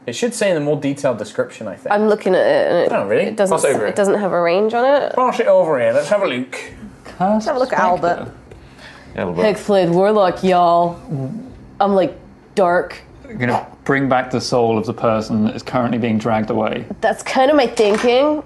D: It should say in a more detailed description, I think.
H: I'm looking at it, and it,
D: Oh, really?
H: it doesn't.
D: Pass over
H: it
D: it.
H: doesn't have a range on it.
D: Pass it over here. Let's have a look.
B: Let's have
I: a look at Albert.
G: Yeah, we'll-
H: Big flayed warlock, y'all. I'm like dark.
B: You're gonna bring back the soul of the person that is currently being dragged away.
H: That's kind of my thinking.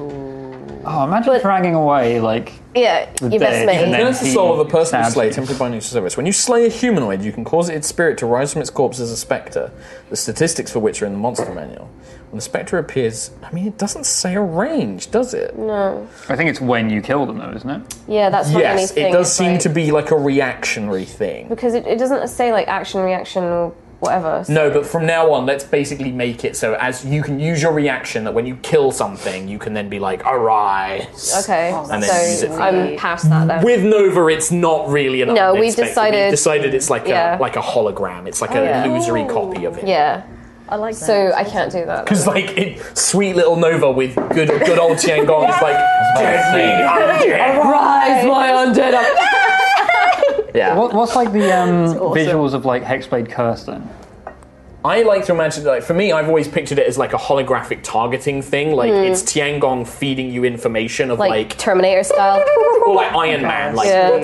B: Oh, imagine dragging away like
H: Yeah, you best
B: dead,
H: mate.
B: even then.
D: Curse the soul of the person you
B: Stab.
D: slay, temporarily binding to service. When you slay a humanoid, you can cause its spirit to rise from its corpse as a spectre, the statistics for which are in the monster manual. When the spectre appears, I mean, it doesn't say a range, does it?
B: I think it's when you kill them, though, isn't it?
H: Yeah, that's my only
D: Yes,
H: thing.
D: it does
H: is,
D: seem
H: like-
D: to be like a reactionary thing.
H: because it, it doesn't say like action, reaction, or whatever.
D: No, but from now on, let's basically make it so as you can use your reaction that when you kill something, you can then be like, arise.
H: Okay,
D: And then use
H: so
D: it for-
H: I'm past that then.
D: With Nova, it's not really an
H: No, we've
D: unexpected-
H: decided-
D: decided it's like
H: Yeah. Oh,
D: a like a hologram. It's like
H: yeah.
D: an illusory copy of it.
H: yeah. I like so I can't do that.
D: Because like it, sweet little Nova with good good old Tiangong is like "Dead me, I'm dead."
H: Rise, my undead! up-
D: Yeah.
B: What, what's like the um, visuals of like Hexblade Curse then?
D: I like to imagine like for me I've always pictured it as like a holographic targeting thing. Like it's Tiangong feeding you information of
H: Hmm. like,
D: like,
H: Terminator style.
D: or like Iron Man, like
H: Yeah.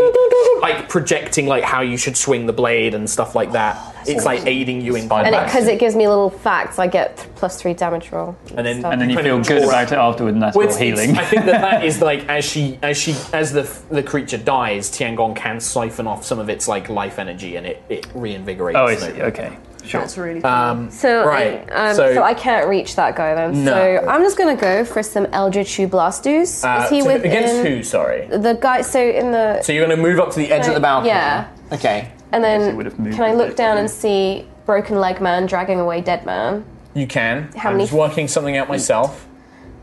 D: like projecting like how you should swing the blade and stuff like that. it's like aiding you in
G: Spider-Man.
H: And
D: combat.
H: because it, gives me little facts, I get th- plus three damage roll.
D: And then,
B: And then you
D: kind
B: feel
D: of
B: good
D: draw-
B: about it afterward, and that's
D: Well,
B: your
D: it's- it's-
B: healing.
D: I think that that is like as she as she as the the creature dies, Tiangong can siphon off some of its like life energy and it it reinvigorates.
B: oh, I
D: it.
B: see. Okay.
I: That's really cool.
D: Um,
H: So,
D: Right,
H: I, um,
D: so-
H: so, I can't reach that guy then.
D: No.
H: So I'm just gonna go for some Eldritch Blastus.
D: uh,
H: Is he
D: to-
H: within
D: against who? Sorry.
H: The guy. So in the
D: So you're going to move up to the edge of the balcony.
H: Yeah.
D: Okay.
H: and
B: he
H: then
B: would have moved
H: can I
B: a
H: look
B: bit,
H: down
B: yeah.
H: and see Broken Leg Man dragging away Dead Man?
D: You can.
H: How
D: I'm
H: many-
D: just working something out myself.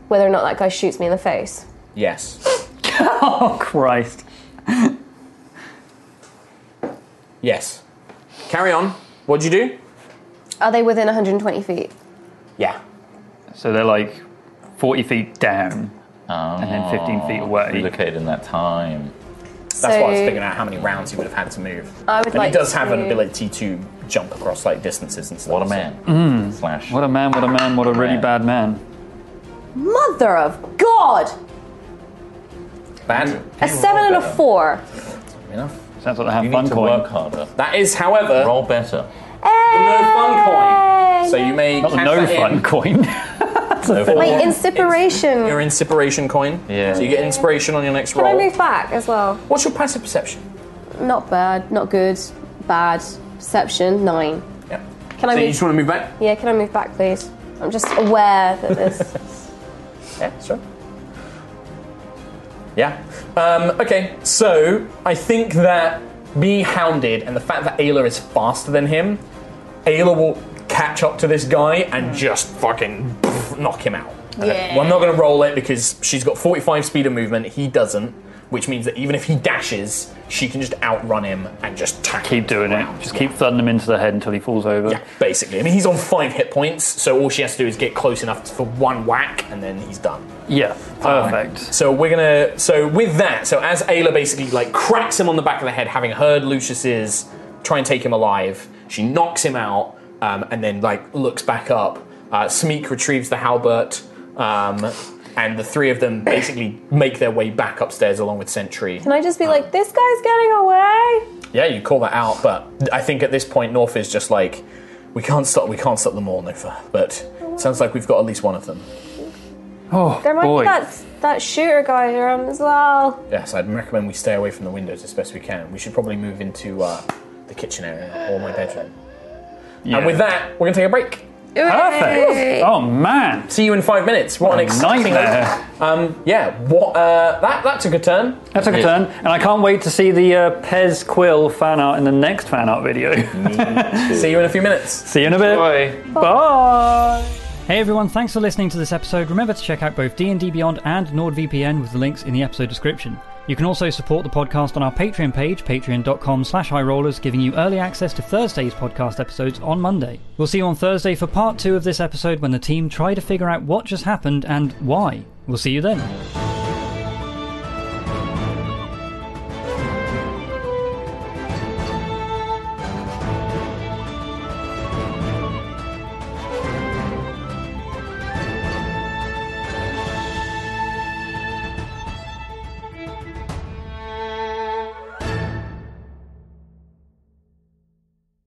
H: Whether or not that guy shoots me in the face.
D: Yes.
B: Oh Christ!
D: Yes. Carry on. What'd you do?
H: Are they within 120 feet?
D: Yeah.
B: So they're like forty feet down.
G: and
B: then 15 feet away.
G: Relocated Um, in that time.
D: That's
H: so
D: why I was figuring out how many rounds he would have had to move.
H: I would
D: and
H: like
D: he does have an
H: to-
D: ability to jump across like distances and stuff.
G: What a
D: so- mm.
G: man. Slash.
B: What a man! What a man! What a really
G: Man.
B: bad man!
H: Mother of God!
D: Bad.
H: A seven and a
G: better.
H: four.
G: Enough.
B: Sounds like they have
G: You
B: fun
G: need to
B: coin.
G: work harder.
D: That is, however,
G: Roll better.
D: no fun coin. So you may
B: Not the
D: cash
B: no
D: that in.
B: fun coin.
G: No
H: Wait,
G: problem.
H: inspiration.
D: Your inspiration coin.
G: Yeah.
D: So you get inspiration on your next
H: Can I
D: roll.
H: move back as well?
D: What's your passive perception?
H: Not bad, not good, bad. Perception, nine.
D: Yeah.
H: Can I
D: So you
H: move?
D: just want to move back?
H: yeah, can I move back, please? I'm just aware that this.
D: Yeah, sure. Yeah. Um, okay, so I think that being hounded and the fact that Ayla is faster than him, Ayla will catch up to this guy and
B: Mm.
D: just fucking pff, knock him out. Yeah. Well, I'm not going to roll it because she's got 45 speed of movement, he doesn't, which means that even if he dashes, she can just outrun him and just tackle him
B: keep
D: to the
B: doing it.
D: ground.
B: Just
D: Yeah.
B: keep thudding him into the head until he falls over.
D: Yeah, basically. I mean, he's on five hit points, so all she has to do is get close enough for one whack, and then he's done.
B: Yeah, perfect.
D: So we're gonna. So with that, so as Ayla basically like cracks him on the back of the head, having heard Lucius's try and take him alive, she knocks him out, um, and then like looks back up. Uh, Smeek retrieves the halbert, um, and the three of them basically make their way back upstairs along with Sentry.
H: Can I just be like, this guy's getting away?
D: Yeah, you call that out, but I think at this point North is just like, we can't stop, we can't stop them all, Nofa. But it sounds like we've got at least one of them.
B: Oh
H: There might
B: boy,
H: be that, that shooter guy around as well.
D: Yes, I'd recommend we stay away from the windows as best we can. We should probably move into uh, the kitchen area or my bedroom.
B: Yeah.
D: And with that, we're gonna take a break.
B: perfect. Oh man,
D: See you in five minutes. What an exciting
B: nightmare.
D: Um, yeah, what? Uh, that that took a turn.
B: That took a turn, and I can't wait to see the uh, Pez Quill fan art in the next fan art video.
D: See you in a few minutes.
B: see you in a bit.
G: Bye.
B: Bye. Hey everyone, thanks for listening to this episode. Remember to check out both D&D Beyond and NordVPN with the links in the episode description. You can also support the podcast on our Patreon page, patreon.com slash highrollers, giving you early access to Thursday's podcast episodes on Monday. We'll see you on Thursday for part two of this episode when the team try to figure out what just happened and why. We'll see you then.